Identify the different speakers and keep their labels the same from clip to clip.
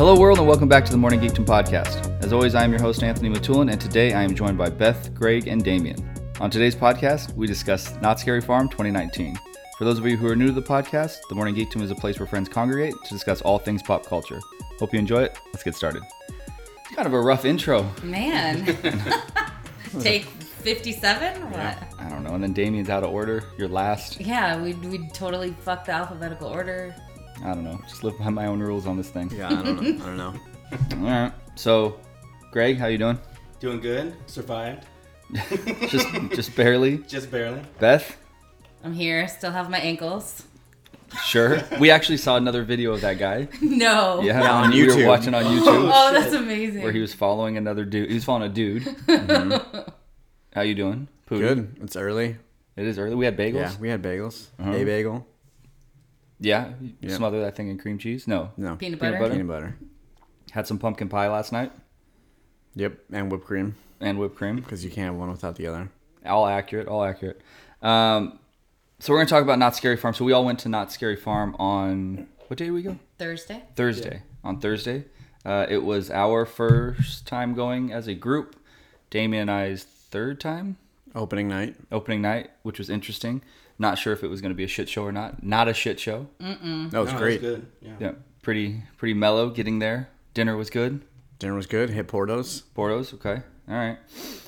Speaker 1: Hello, world, and welcome back to the Morning Geekdom podcast. As always, I am your host, Anthony Matulin, and today I am joined by Beth, Greg, and Damien. On today's podcast, we discuss Not Scary Farm 2019. For those of you who are new to the podcast, the Morning Geekdom is a place where friends congregate to discuss all things pop culture. Hope you enjoy it. Let's get started. It's kind of a rough intro.
Speaker 2: Man. Take 57 or what? Yeah.
Speaker 1: I don't know. And then Damien's out of order. You're last.
Speaker 2: we we totally fucked the alphabetical order.
Speaker 1: I don't know. Just live by my own rules on this thing.
Speaker 3: Yeah, I don't know. I don't know.
Speaker 1: All right. So, Greg, how you doing?
Speaker 3: Doing good. Survived.
Speaker 1: Just, just barely.
Speaker 3: Just barely.
Speaker 1: Beth,
Speaker 2: I'm here, still have my ankles.
Speaker 1: sure. We actually saw another video of that guy.
Speaker 2: No.
Speaker 1: Yeah,
Speaker 3: Yeah, on
Speaker 1: we were
Speaker 3: YouTube.
Speaker 1: watching on YouTube
Speaker 2: Oh, that's amazing.
Speaker 1: where he was following another dude. He was following a dude. How you doing? Pootie?
Speaker 4: Good. It's early.
Speaker 1: It is early. We had bagels.
Speaker 4: Yeah, we had bagels.
Speaker 3: Uh-huh.
Speaker 4: A bagel.
Speaker 1: Yeah. You
Speaker 4: Yeah.
Speaker 1: Smother that thing in cream cheese. No.
Speaker 4: No.
Speaker 2: Peanut butter.
Speaker 1: Peanut butter.
Speaker 4: Peanut butter.
Speaker 1: Had some pumpkin pie last night
Speaker 4: Yep. And whipped cream
Speaker 1: and whipped cream.
Speaker 4: because you can't have one without the other.
Speaker 1: All accurate. All accurate. Um, so we're gonna talk about Not Scary Farm. So we all went to Not Scary Farm on what day did we go?
Speaker 2: Thursday.
Speaker 1: Thursday. On Thursday, uh, it was our first time going as a group. Damien and I's third time.
Speaker 4: Opening night.
Speaker 1: opening night, which was interesting. Not sure if it was going to be a shit show or not. Not a shit show.
Speaker 4: That was
Speaker 3: No,
Speaker 4: great.
Speaker 3: It was good. Yeah.
Speaker 1: Yeah, pretty pretty mellow getting there. Dinner was good.
Speaker 4: Dinner was good. Hit Portos.
Speaker 1: Bordeaux's okay. All right.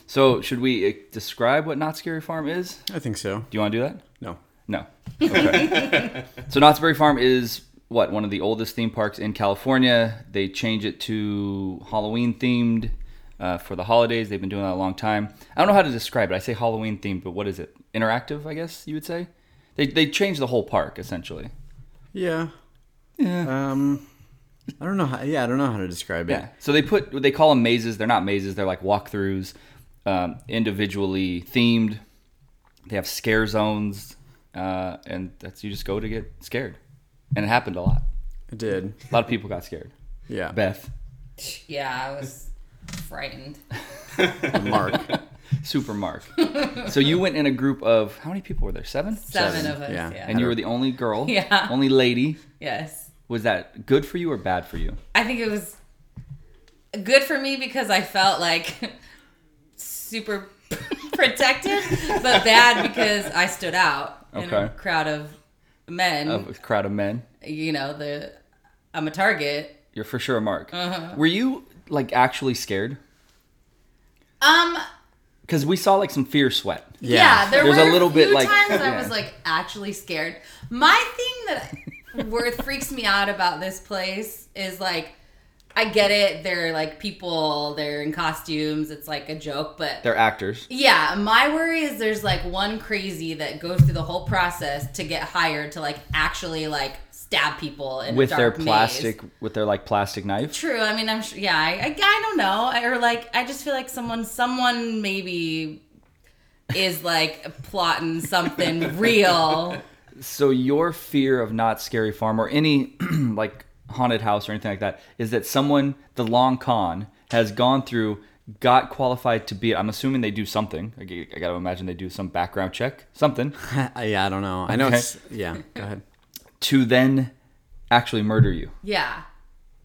Speaker 1: So should we uh, describe what Not Scary Farm is?
Speaker 4: I think so.
Speaker 1: Do you want to do that?
Speaker 4: No.
Speaker 1: No. Okay. so Knott's Berry Farm is what one of the oldest theme parks in California. They change it to Halloween themed uh, for the holidays. They've been doing that a long time. I don't know how to describe it. I say Halloween themed, but what is it? Interactive, I guess you would say. They they change the whole park essentially.
Speaker 4: Yeah. Yeah. Um, I don't know. How, yeah, I don't know how to describe it.
Speaker 1: Yeah. So they put what they call them mazes. They're not mazes. They're like walkthroughs, um, individually themed. They have scare zones, uh, and that's you just go to get scared, and it happened a lot.
Speaker 4: It did.
Speaker 1: A lot of people got scared.
Speaker 4: Yeah.
Speaker 1: Beth,
Speaker 2: Yeah, I was frightened.
Speaker 4: Mark.
Speaker 1: super Mark. so you went in a group of how many people were there? Seven.
Speaker 2: Seven, of us. Yeah.
Speaker 4: yeah.
Speaker 1: And you were the only girl.
Speaker 2: Yeah.
Speaker 1: Only lady.
Speaker 2: yes.
Speaker 1: Was that good for you or bad for you?
Speaker 2: I think it was good for me because I felt like super protected, but bad because I stood out in a
Speaker 1: Okay.
Speaker 2: crowd of men.
Speaker 1: Of a crowd of men.
Speaker 2: you know, the I'm a target.
Speaker 1: You're for sure a Mark.
Speaker 2: Uh-huh.
Speaker 1: Were you like actually scared?
Speaker 2: Um,
Speaker 1: Because we saw like some fear sweat.
Speaker 2: yeah, there
Speaker 1: There's
Speaker 2: were
Speaker 1: a little
Speaker 2: few
Speaker 1: bit like-
Speaker 2: times
Speaker 1: yeah.
Speaker 2: I was like actually scared. My thing that word freaks me out about this place is like, I get it. They're like people. They're in costumes. It's like a joke, but
Speaker 1: They're actors.
Speaker 2: Yeah, my worry is there's like one crazy that goes through the whole process to get hired to like actually like stab people in
Speaker 1: with
Speaker 2: a
Speaker 1: their
Speaker 2: dark maze.
Speaker 1: plastic with their like plastic knife.
Speaker 2: True. I mean, I'm sure. Yeah, I, I, I don't know. I, or like, I just feel like someone, someone maybe is like plotting something real.
Speaker 1: So your fear of not scary farm or any like haunted house or anything like that is that someone the long con has gone through got qualified to be I'm assuming they do something. I g- I got to imagine they do some background check, something
Speaker 4: yeah, I don't know. I know.
Speaker 1: Okay.
Speaker 4: It's, yeah. Go ahead.
Speaker 1: to then actually murder you.
Speaker 2: Yeah.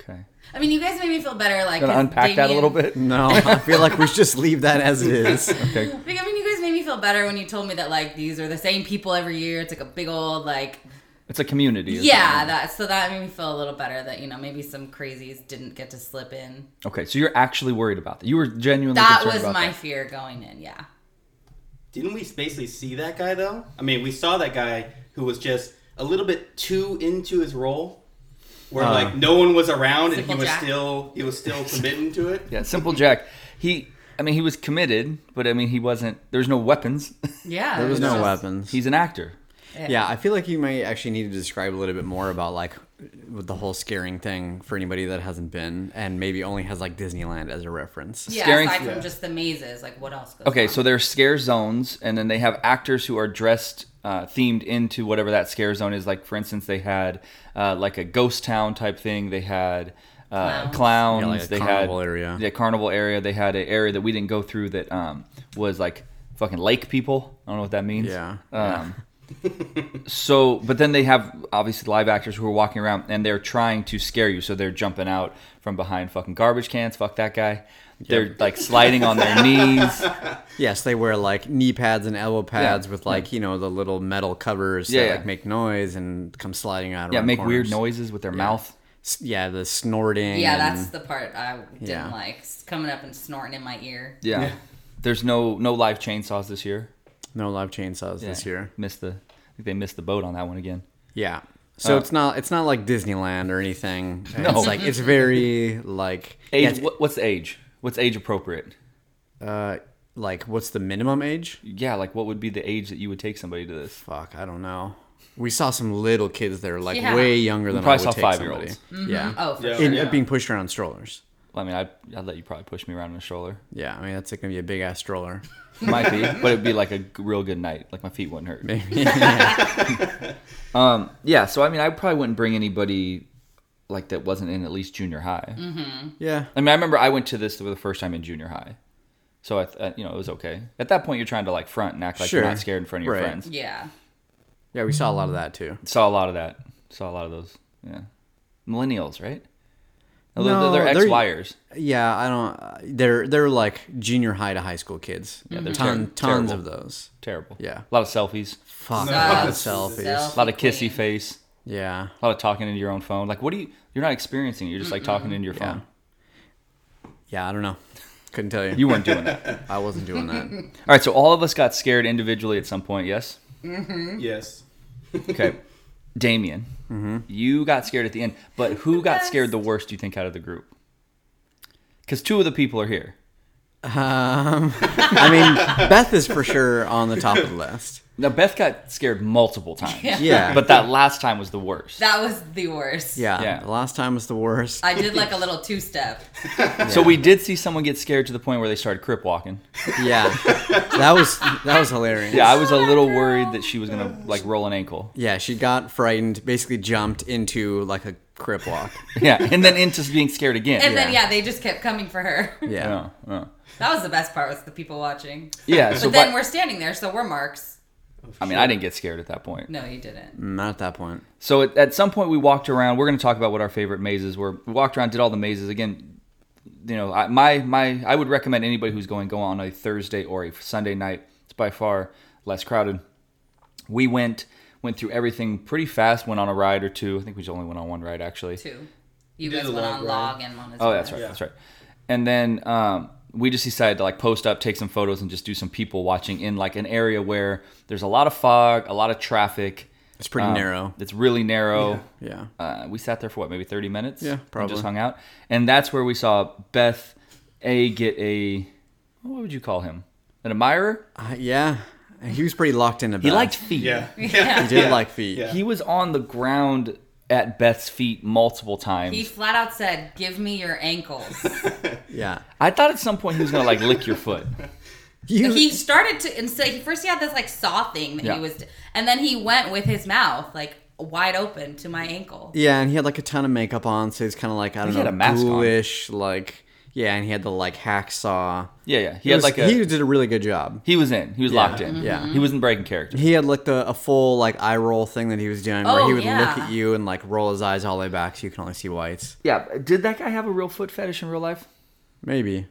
Speaker 1: Okay.
Speaker 2: I mean, you guys made me feel better. Like,
Speaker 1: Going to
Speaker 2: 'cause
Speaker 1: unpack that a
Speaker 2: Damien-
Speaker 1: little bit.
Speaker 4: No, I feel like we should just leave that as it is.
Speaker 1: Okay.
Speaker 2: Like, I mean, you guys made me feel better when you told me that like these are the same people every year. It's like a big old like
Speaker 1: It's a community. or
Speaker 2: Yeah,
Speaker 1: something.
Speaker 2: that so that made me feel a little better that you know maybe some crazies didn't get to slip in.
Speaker 1: Okay, so you're actually worried about that. You were genuinely
Speaker 2: That
Speaker 1: concerned
Speaker 2: was
Speaker 1: about
Speaker 2: my
Speaker 1: that.
Speaker 2: fear going in. Yeah,
Speaker 3: Didn't we basically see that guy though? I mean, we saw that guy who was just a little bit too into his role, where like
Speaker 1: Uh.
Speaker 3: no one was around and he
Speaker 2: Simple
Speaker 3: was
Speaker 2: Jack.
Speaker 3: still he was still committing to it.
Speaker 1: Yeah, simple Jack. He I mean he was committed, but I mean he wasn't there's no weapons.
Speaker 2: yeah.
Speaker 4: There was no
Speaker 2: weapon.
Speaker 4: weapons.
Speaker 1: He's an actor.
Speaker 4: Yeah, I feel like you might actually need to describe a little bit more about like with the whole scaring thing for anybody that hasn't been and maybe only has like Disneyland as a reference.
Speaker 2: Yeah,
Speaker 1: Staring-
Speaker 2: aside from
Speaker 3: Yeah.
Speaker 2: just the mazes, like what else? Goes
Speaker 1: Okay,
Speaker 2: on?
Speaker 1: so there are scare zones, and then they have actors who are dressed uh, themed into whatever that scare zone is. Like, for instance, they had uh, like a ghost town type thing. They had uh,
Speaker 2: Clowns.
Speaker 1: clowns.
Speaker 4: Yeah, like a
Speaker 1: they
Speaker 4: carnival
Speaker 1: had
Speaker 4: area.
Speaker 1: Yeah, carnival area. They had an area that we didn't go through that um, was like fucking lake people. I don't know what that means.
Speaker 4: Yeah.
Speaker 1: Um, so, but then they have obviously live actors who are walking around and they're trying to scare you. So they're jumping out from behind fucking garbage cans. Fuck that guy. They're like sliding on their knees.
Speaker 4: Yes, they wear like knee pads and elbow pads with like you know the little metal covers
Speaker 1: Yeah,
Speaker 4: that
Speaker 1: yeah.
Speaker 4: like make noise and come sliding out.
Speaker 1: Yeah,
Speaker 4: around
Speaker 1: make weird
Speaker 4: corners.
Speaker 1: noises with their mouth.
Speaker 4: S- Yeah, the snorting.
Speaker 2: Yeah,
Speaker 4: and-
Speaker 2: that's the part I didn't
Speaker 4: Yeah.
Speaker 2: like. s- Coming up and snorting in my ear.
Speaker 1: Yeah.
Speaker 3: Yeah.
Speaker 1: There's no no live chainsaws this year.
Speaker 4: no live chainsaws this
Speaker 1: Yeah.
Speaker 4: year.
Speaker 1: Missed the I think they missed the boat on that one again.
Speaker 4: Yeah. So
Speaker 1: Uh,
Speaker 4: it's not it's not like Disneyland or anything.
Speaker 1: No.
Speaker 4: It's like it's very like yeah,
Speaker 1: Age
Speaker 4: it's-
Speaker 1: what, what's the age? What's age appropriate?
Speaker 4: uh like what's the minimum age?
Speaker 1: Yeah, like what would be the age that you would take somebody to this?
Speaker 4: Fuck, I don't know. We saw some little kids that are like
Speaker 2: Yeah.
Speaker 4: way younger than
Speaker 1: probably
Speaker 4: I
Speaker 1: saw
Speaker 4: would take somebody.
Speaker 1: five-year-olds.
Speaker 4: Yeah.
Speaker 2: Oh, for
Speaker 3: Yeah.
Speaker 2: sure.
Speaker 4: And-
Speaker 3: Yeah.
Speaker 4: and being pushed around strollers.
Speaker 1: Well, I mean, I'd, I'd let you probably push me around in a stroller.
Speaker 4: Yeah, I mean that's like gonna be a big ass stroller.
Speaker 1: Might be, but it'd be like a g- real good night. Like my feet wouldn't hurt.
Speaker 4: Maybe.
Speaker 1: Um, yeah. So I mean, I probably wouldn't bring anybody like that wasn't in at least junior high.
Speaker 4: yeah.
Speaker 1: Mm. I mean, I remember I went to this for the first time in junior high, so I, th- uh, you know, it was okay. At that point, you're trying to like front and act like
Speaker 4: Sure.
Speaker 1: you're not scared in front of your
Speaker 4: Right.
Speaker 1: friends.
Speaker 2: Yeah.
Speaker 4: Yeah, we saw a lot of that too.
Speaker 1: Saw a lot of that. Saw a lot of those. Yeah, millennials, right? No, they're-
Speaker 4: No,
Speaker 1: they're,
Speaker 4: they're-
Speaker 1: ex wires.
Speaker 4: Yeah, I don't. uh, They're they're like junior high to high school kids. Yeah,
Speaker 1: they're
Speaker 4: Ton,
Speaker 1: ter-
Speaker 4: tons
Speaker 1: terrible.
Speaker 4: of those.
Speaker 1: Terrible.
Speaker 4: Yeah.
Speaker 1: A lot of selfies.
Speaker 4: Fuck,
Speaker 3: No.
Speaker 4: a lot of
Speaker 3: Self-
Speaker 4: selfies.
Speaker 1: A lot of
Speaker 2: Selfie
Speaker 1: kissy
Speaker 2: queen.
Speaker 1: face.
Speaker 4: Yeah,
Speaker 1: A lot of talking into your own phone. Like, what do you? You're not experiencing. it. You're just like talking into your
Speaker 4: Yeah.
Speaker 1: phone.
Speaker 4: yeah. I don't know. Couldn't tell you.
Speaker 1: You weren't doing that.
Speaker 4: I wasn't doing that.
Speaker 1: All right, so all of us got scared individually at some point, yes?
Speaker 3: Yes.
Speaker 1: Okay. Damien,
Speaker 4: Mm-hmm.
Speaker 1: you got scared at the end, but who got scared the worst, do you think, out of the group? Because two of the people are here.
Speaker 4: Um, I mean, Beth is for sure on the top of the list.
Speaker 1: Now, Beth got scared multiple times,
Speaker 2: Yeah.
Speaker 4: Yeah,
Speaker 1: but that last time was the worst.
Speaker 2: That was the worst.
Speaker 4: yeah,
Speaker 1: Yeah.
Speaker 4: the last time was the worst.
Speaker 2: I did like a little two step.
Speaker 1: So we did see someone get scared to the point where they started crip walking.
Speaker 4: yeah, that was that was hilarious.
Speaker 1: Yeah, I was a little worried that she was gonna like roll an ankle.
Speaker 4: Yeah, she got frightened, basically jumped into like a crip walk.
Speaker 1: Yeah, and then into being scared again.
Speaker 2: And then
Speaker 4: Yeah.
Speaker 2: yeah, they just kept coming for her.
Speaker 4: Yeah,
Speaker 1: yeah, yeah.
Speaker 2: That was the best part was the people watching.
Speaker 1: Yeah,
Speaker 2: But
Speaker 1: so
Speaker 2: then
Speaker 1: but-
Speaker 2: we're standing there, so we're marks.
Speaker 1: I mean, I didn't get scared at that point.
Speaker 2: No, you didn't.
Speaker 4: not at that point.
Speaker 1: So at, at some point we walked around. We're going to talk about what our favorite mazes were. We walked around, did all the mazes again. You know, I, my my I would recommend anybody who's going go on a Thursday or a Sunday night. It's by far less crowded. We went went through everything pretty fast. Went on a ride or two. I think we just only went on one ride actually.
Speaker 2: Two. You
Speaker 3: did
Speaker 2: guys
Speaker 3: the
Speaker 2: went
Speaker 3: log
Speaker 2: on
Speaker 3: ride.
Speaker 2: log and one as
Speaker 1: Oh,
Speaker 2: well.
Speaker 1: that's right.
Speaker 3: Yeah.
Speaker 1: That's right. And then um, we just decided to like post up, take some photos, and just do some people watching in like an area where there's a lot of fog, a lot of traffic.
Speaker 4: It's pretty
Speaker 1: Um,
Speaker 4: narrow.
Speaker 1: It's really narrow.
Speaker 4: Yeah.
Speaker 1: uh, we sat there for what maybe 30 minutes
Speaker 4: Yeah,
Speaker 1: We
Speaker 4: probably.
Speaker 1: just hung out and that's where we saw beth a get a what would you call him an admirer
Speaker 4: Uh, yeah, he was pretty locked into. Beth.
Speaker 1: he liked feet
Speaker 3: Yeah.
Speaker 4: He
Speaker 3: Yeah.
Speaker 4: did like feet.
Speaker 3: Yeah.
Speaker 1: he was on the ground at beth's feet multiple times
Speaker 2: He flat out said, "Give me your ankles."
Speaker 4: Yeah.
Speaker 1: i thought at some point he was gonna like lick your foot
Speaker 4: You,
Speaker 2: he started to and so he first he had this like saw thing that
Speaker 1: Yeah.
Speaker 2: he was and then he went with his mouth like wide open to my ankle
Speaker 4: yeah, and he had like a ton of makeup on, so he's kind of like I
Speaker 1: He
Speaker 4: don't know,
Speaker 1: had a mask on.
Speaker 4: ghoulish, like yeah, and he had the like hacksaw.
Speaker 1: yeah yeah he
Speaker 4: He,
Speaker 1: had
Speaker 4: was-
Speaker 1: like a
Speaker 4: he
Speaker 1: he,
Speaker 4: did a really good job.
Speaker 1: was in he was locked in
Speaker 4: yeah.
Speaker 1: he wasn't breaking character
Speaker 4: He had like the a full like eye roll thing that he was doing, where
Speaker 2: Oh,
Speaker 4: he would
Speaker 2: yeah.
Speaker 4: look at you and like roll his eyes all the way back, so you can only see whites.
Speaker 1: yeah did that guy have a real foot fetish in real life
Speaker 4: Maybe.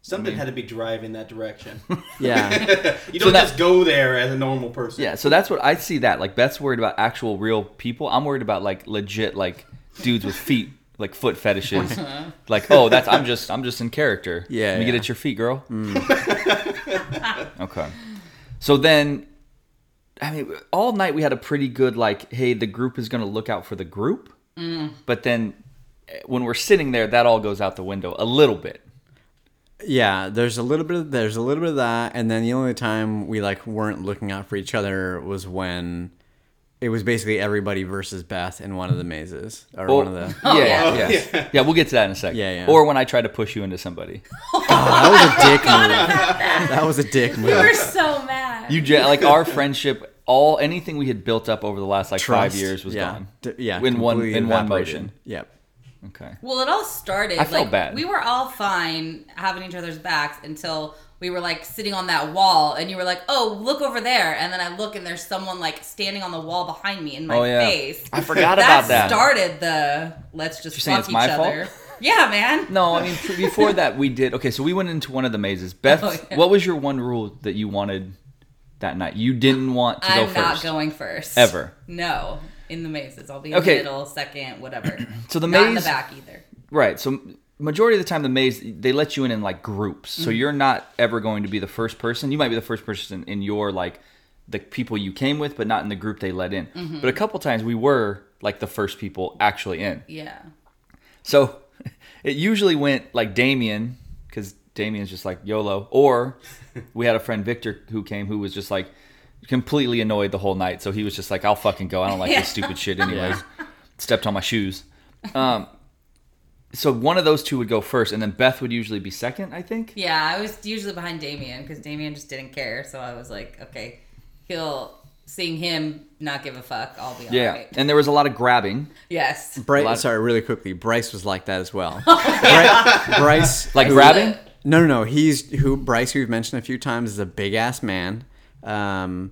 Speaker 3: Something had to be driving that direction.
Speaker 4: Yeah.
Speaker 3: You don't
Speaker 1: that-
Speaker 3: just go there as a normal person.
Speaker 1: yeah so that's what i see that like beth's worried about actual real people i'm worried about like legit like dudes with feet like foot fetishes like oh that's i'm just i'm just in character
Speaker 4: Yeah,
Speaker 1: let me get
Speaker 4: yeah.
Speaker 1: at your feet girl okay so then i mean all night we had a pretty good like hey the group is going to look out for the group but then eh, when we're sitting there that all goes out the window a little bit
Speaker 4: yeah. There's a little bit. Of, there's a little bit of that, and then the only time we like weren't looking out for each other was when it was basically everybody versus Beth in one of the mazes or one of the.
Speaker 1: yeah, yeah,
Speaker 2: Oh, yeah.
Speaker 1: yeah. yeah, We'll get to that in a second.
Speaker 4: Yeah, yeah.
Speaker 1: Or when I try to push you into somebody,
Speaker 4: That was a dick move. That was a dick
Speaker 2: we were
Speaker 4: move.
Speaker 2: so mad
Speaker 1: You ge- like our friendship, all anything we had built up over the last like five
Speaker 4: Trust.
Speaker 1: years was
Speaker 4: yeah.
Speaker 1: gone.
Speaker 4: D- yeah.
Speaker 1: in one
Speaker 4: completely
Speaker 1: in one
Speaker 4: evaporated.
Speaker 1: motion.
Speaker 4: Yep.
Speaker 1: Okay.
Speaker 2: Well, it all started.
Speaker 1: I felt
Speaker 2: like,
Speaker 1: bad.
Speaker 2: We were all fine having each other's backs until we were like sitting on that wall, and you were like, "Oh, look over there," and then I look, and there's someone like standing on the wall behind me in my
Speaker 1: oh yeah.
Speaker 2: face.
Speaker 1: I forgot
Speaker 2: that
Speaker 1: about that.
Speaker 2: started the let's just
Speaker 1: You're saying
Speaker 2: fuck
Speaker 1: it's
Speaker 2: each
Speaker 1: my fault?
Speaker 2: other. Yeah, man.
Speaker 1: no, I mean pr- before that we did. Okay, so we went into one of the mazes. Beth,
Speaker 2: Oh, yeah.
Speaker 1: what was your one rule that you wanted that night? You didn't want to
Speaker 2: I'm
Speaker 1: go
Speaker 2: not
Speaker 1: first.
Speaker 2: going first
Speaker 1: Ever.
Speaker 2: No, in the mazes, I'll be in
Speaker 1: Okay.
Speaker 2: the middle, second, whatever.
Speaker 1: So the
Speaker 2: not in the
Speaker 1: maze-
Speaker 2: back either.
Speaker 1: Right. So majority of the time, the maze they let you in in like groups, so you're not ever going to be the first person. You might be the first person in your like the people you came with, but not in the group they let in. But a couple times we were like the first people actually in.
Speaker 2: Yeah.
Speaker 1: So it usually went like Damien, because Damien's just like YOLO, or we had a friend Victor who came who was just like completely annoyed the whole night. So he was just like, I'll fucking go. I don't like
Speaker 2: Yeah.
Speaker 1: this stupid shit anyways. Stepped on my shoes. Um, so one of those two would go first, and then Beth would usually be second, I think.
Speaker 2: Yeah, I was usually behind Damien because Damien just didn't care. So I was like, okay, he'll seeing him not give a fuck. I'll be
Speaker 1: Yeah.
Speaker 2: alright.
Speaker 1: And there was a lot of grabbing.
Speaker 2: Yes.
Speaker 1: Lot-
Speaker 4: Bryce, sorry, really quickly. Bryce was like that as well. Bry- Bryce,
Speaker 1: Like grabbing?
Speaker 4: No, no, no. He's who Bryce, who we've mentioned a few times, is a big ass man. Um,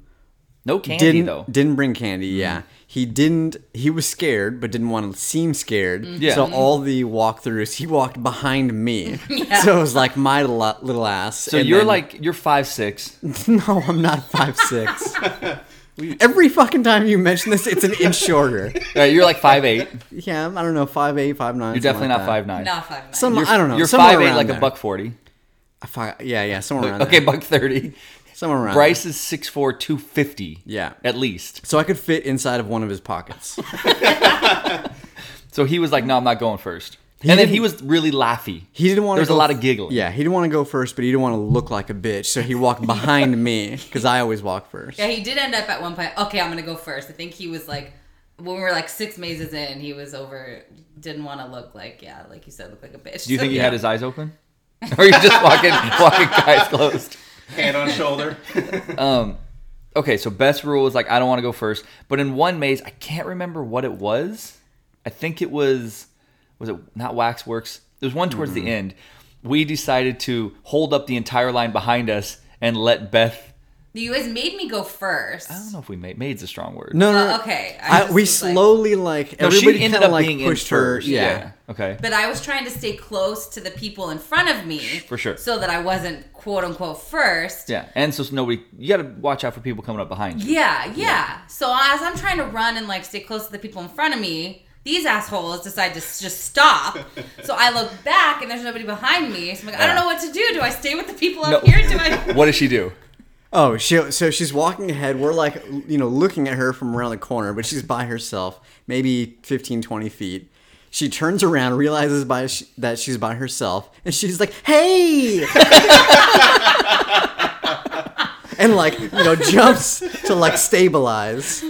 Speaker 1: No candy,
Speaker 4: didn't
Speaker 1: though.
Speaker 4: didn't bring candy.
Speaker 1: Mm-hmm.
Speaker 4: Yeah, he didn't. He was scared, but didn't want to seem scared.
Speaker 1: Yeah.
Speaker 4: So all the walkthroughs, he walked behind me. So it was like my lo- little ass.
Speaker 1: so you're like, you're five six.
Speaker 4: no, I'm not five six. Every fucking time you mention this, it's an inch shorter.
Speaker 1: Right, Uh, you're like five eight. You're
Speaker 4: Yeah, I don't know, five eight, five nine.
Speaker 1: definitely not five nine.
Speaker 2: Not five nine.
Speaker 4: Some I don't know.
Speaker 1: You're
Speaker 4: somewhere
Speaker 1: five eight,
Speaker 4: around
Speaker 1: like a
Speaker 4: there.
Speaker 1: buck forty.
Speaker 4: A fi- yeah, yeah, somewhere around.
Speaker 1: Okay,
Speaker 4: there.
Speaker 1: buck thirty.
Speaker 4: somewhere around.
Speaker 1: Bryce is 6'4", 250.
Speaker 4: Yeah.
Speaker 1: At least.
Speaker 4: there. So I could fit inside of one of his pockets.
Speaker 1: So he was like, no, I'm not going first. and then he
Speaker 4: didn't-
Speaker 1: was really laughy.
Speaker 4: He didn't want.
Speaker 1: There was a lot of giggling.
Speaker 4: Yeah, he didn't want to go first, but he didn't want to look like a bitch, so he walked behind me because I always walk first.
Speaker 2: Yeah, he did end up at one point. Okay, I'm gonna go first. I think he was like, when we were like six mazes in, he was over. Didn't want to look like yeah, like you said, look like a bitch.
Speaker 1: Do you think he had his eyes open? or you just walking, walking eyes closed? Um,
Speaker 3: Hand on shoulder.
Speaker 1: Uh. Okay, so best rule is like, I don't want to go first. But in one maze, I can't remember what it was. I think it was, was it not Waxworks? There was one towards
Speaker 4: Mm-hmm.
Speaker 1: the end. We decided to hold up the entire line behind us and let Beth,
Speaker 2: You guys made me go first.
Speaker 1: I don't know if we made, maid's a strong word.
Speaker 4: No, no,
Speaker 2: Uh,
Speaker 4: no.
Speaker 2: okay, I
Speaker 4: I
Speaker 2: just
Speaker 4: we
Speaker 2: was like-
Speaker 4: slowly like,
Speaker 1: No,
Speaker 4: everybody
Speaker 1: she ended
Speaker 4: kinda,
Speaker 1: up
Speaker 4: like
Speaker 1: being in
Speaker 4: pushed her.
Speaker 1: first.
Speaker 4: Yeah.
Speaker 1: Okay.
Speaker 2: But I was trying to stay close to the people in front of me, for
Speaker 1: sure.
Speaker 2: so that I wasn't quote unquote first.
Speaker 1: Yeah, and so nobody. You got to watch out for people coming up behind you.
Speaker 2: Yeah, yeah. So as I'm trying to run and like stay close to the people in front of me, these assholes decide to s- just stop. so I look back and there's nobody behind me. So I'm like, I don't know what to do. Do I stay with the people up
Speaker 1: No.
Speaker 2: here? Do I?
Speaker 1: What does she do?
Speaker 4: Oh, she, so she's walking ahead. We're like, you know, looking at her from around the corner, but she's by herself, maybe 15, 20 feet. She turns around, realizes by sh- that she's by herself, and she's like, hey! and like, you know, jumps to like stabilize.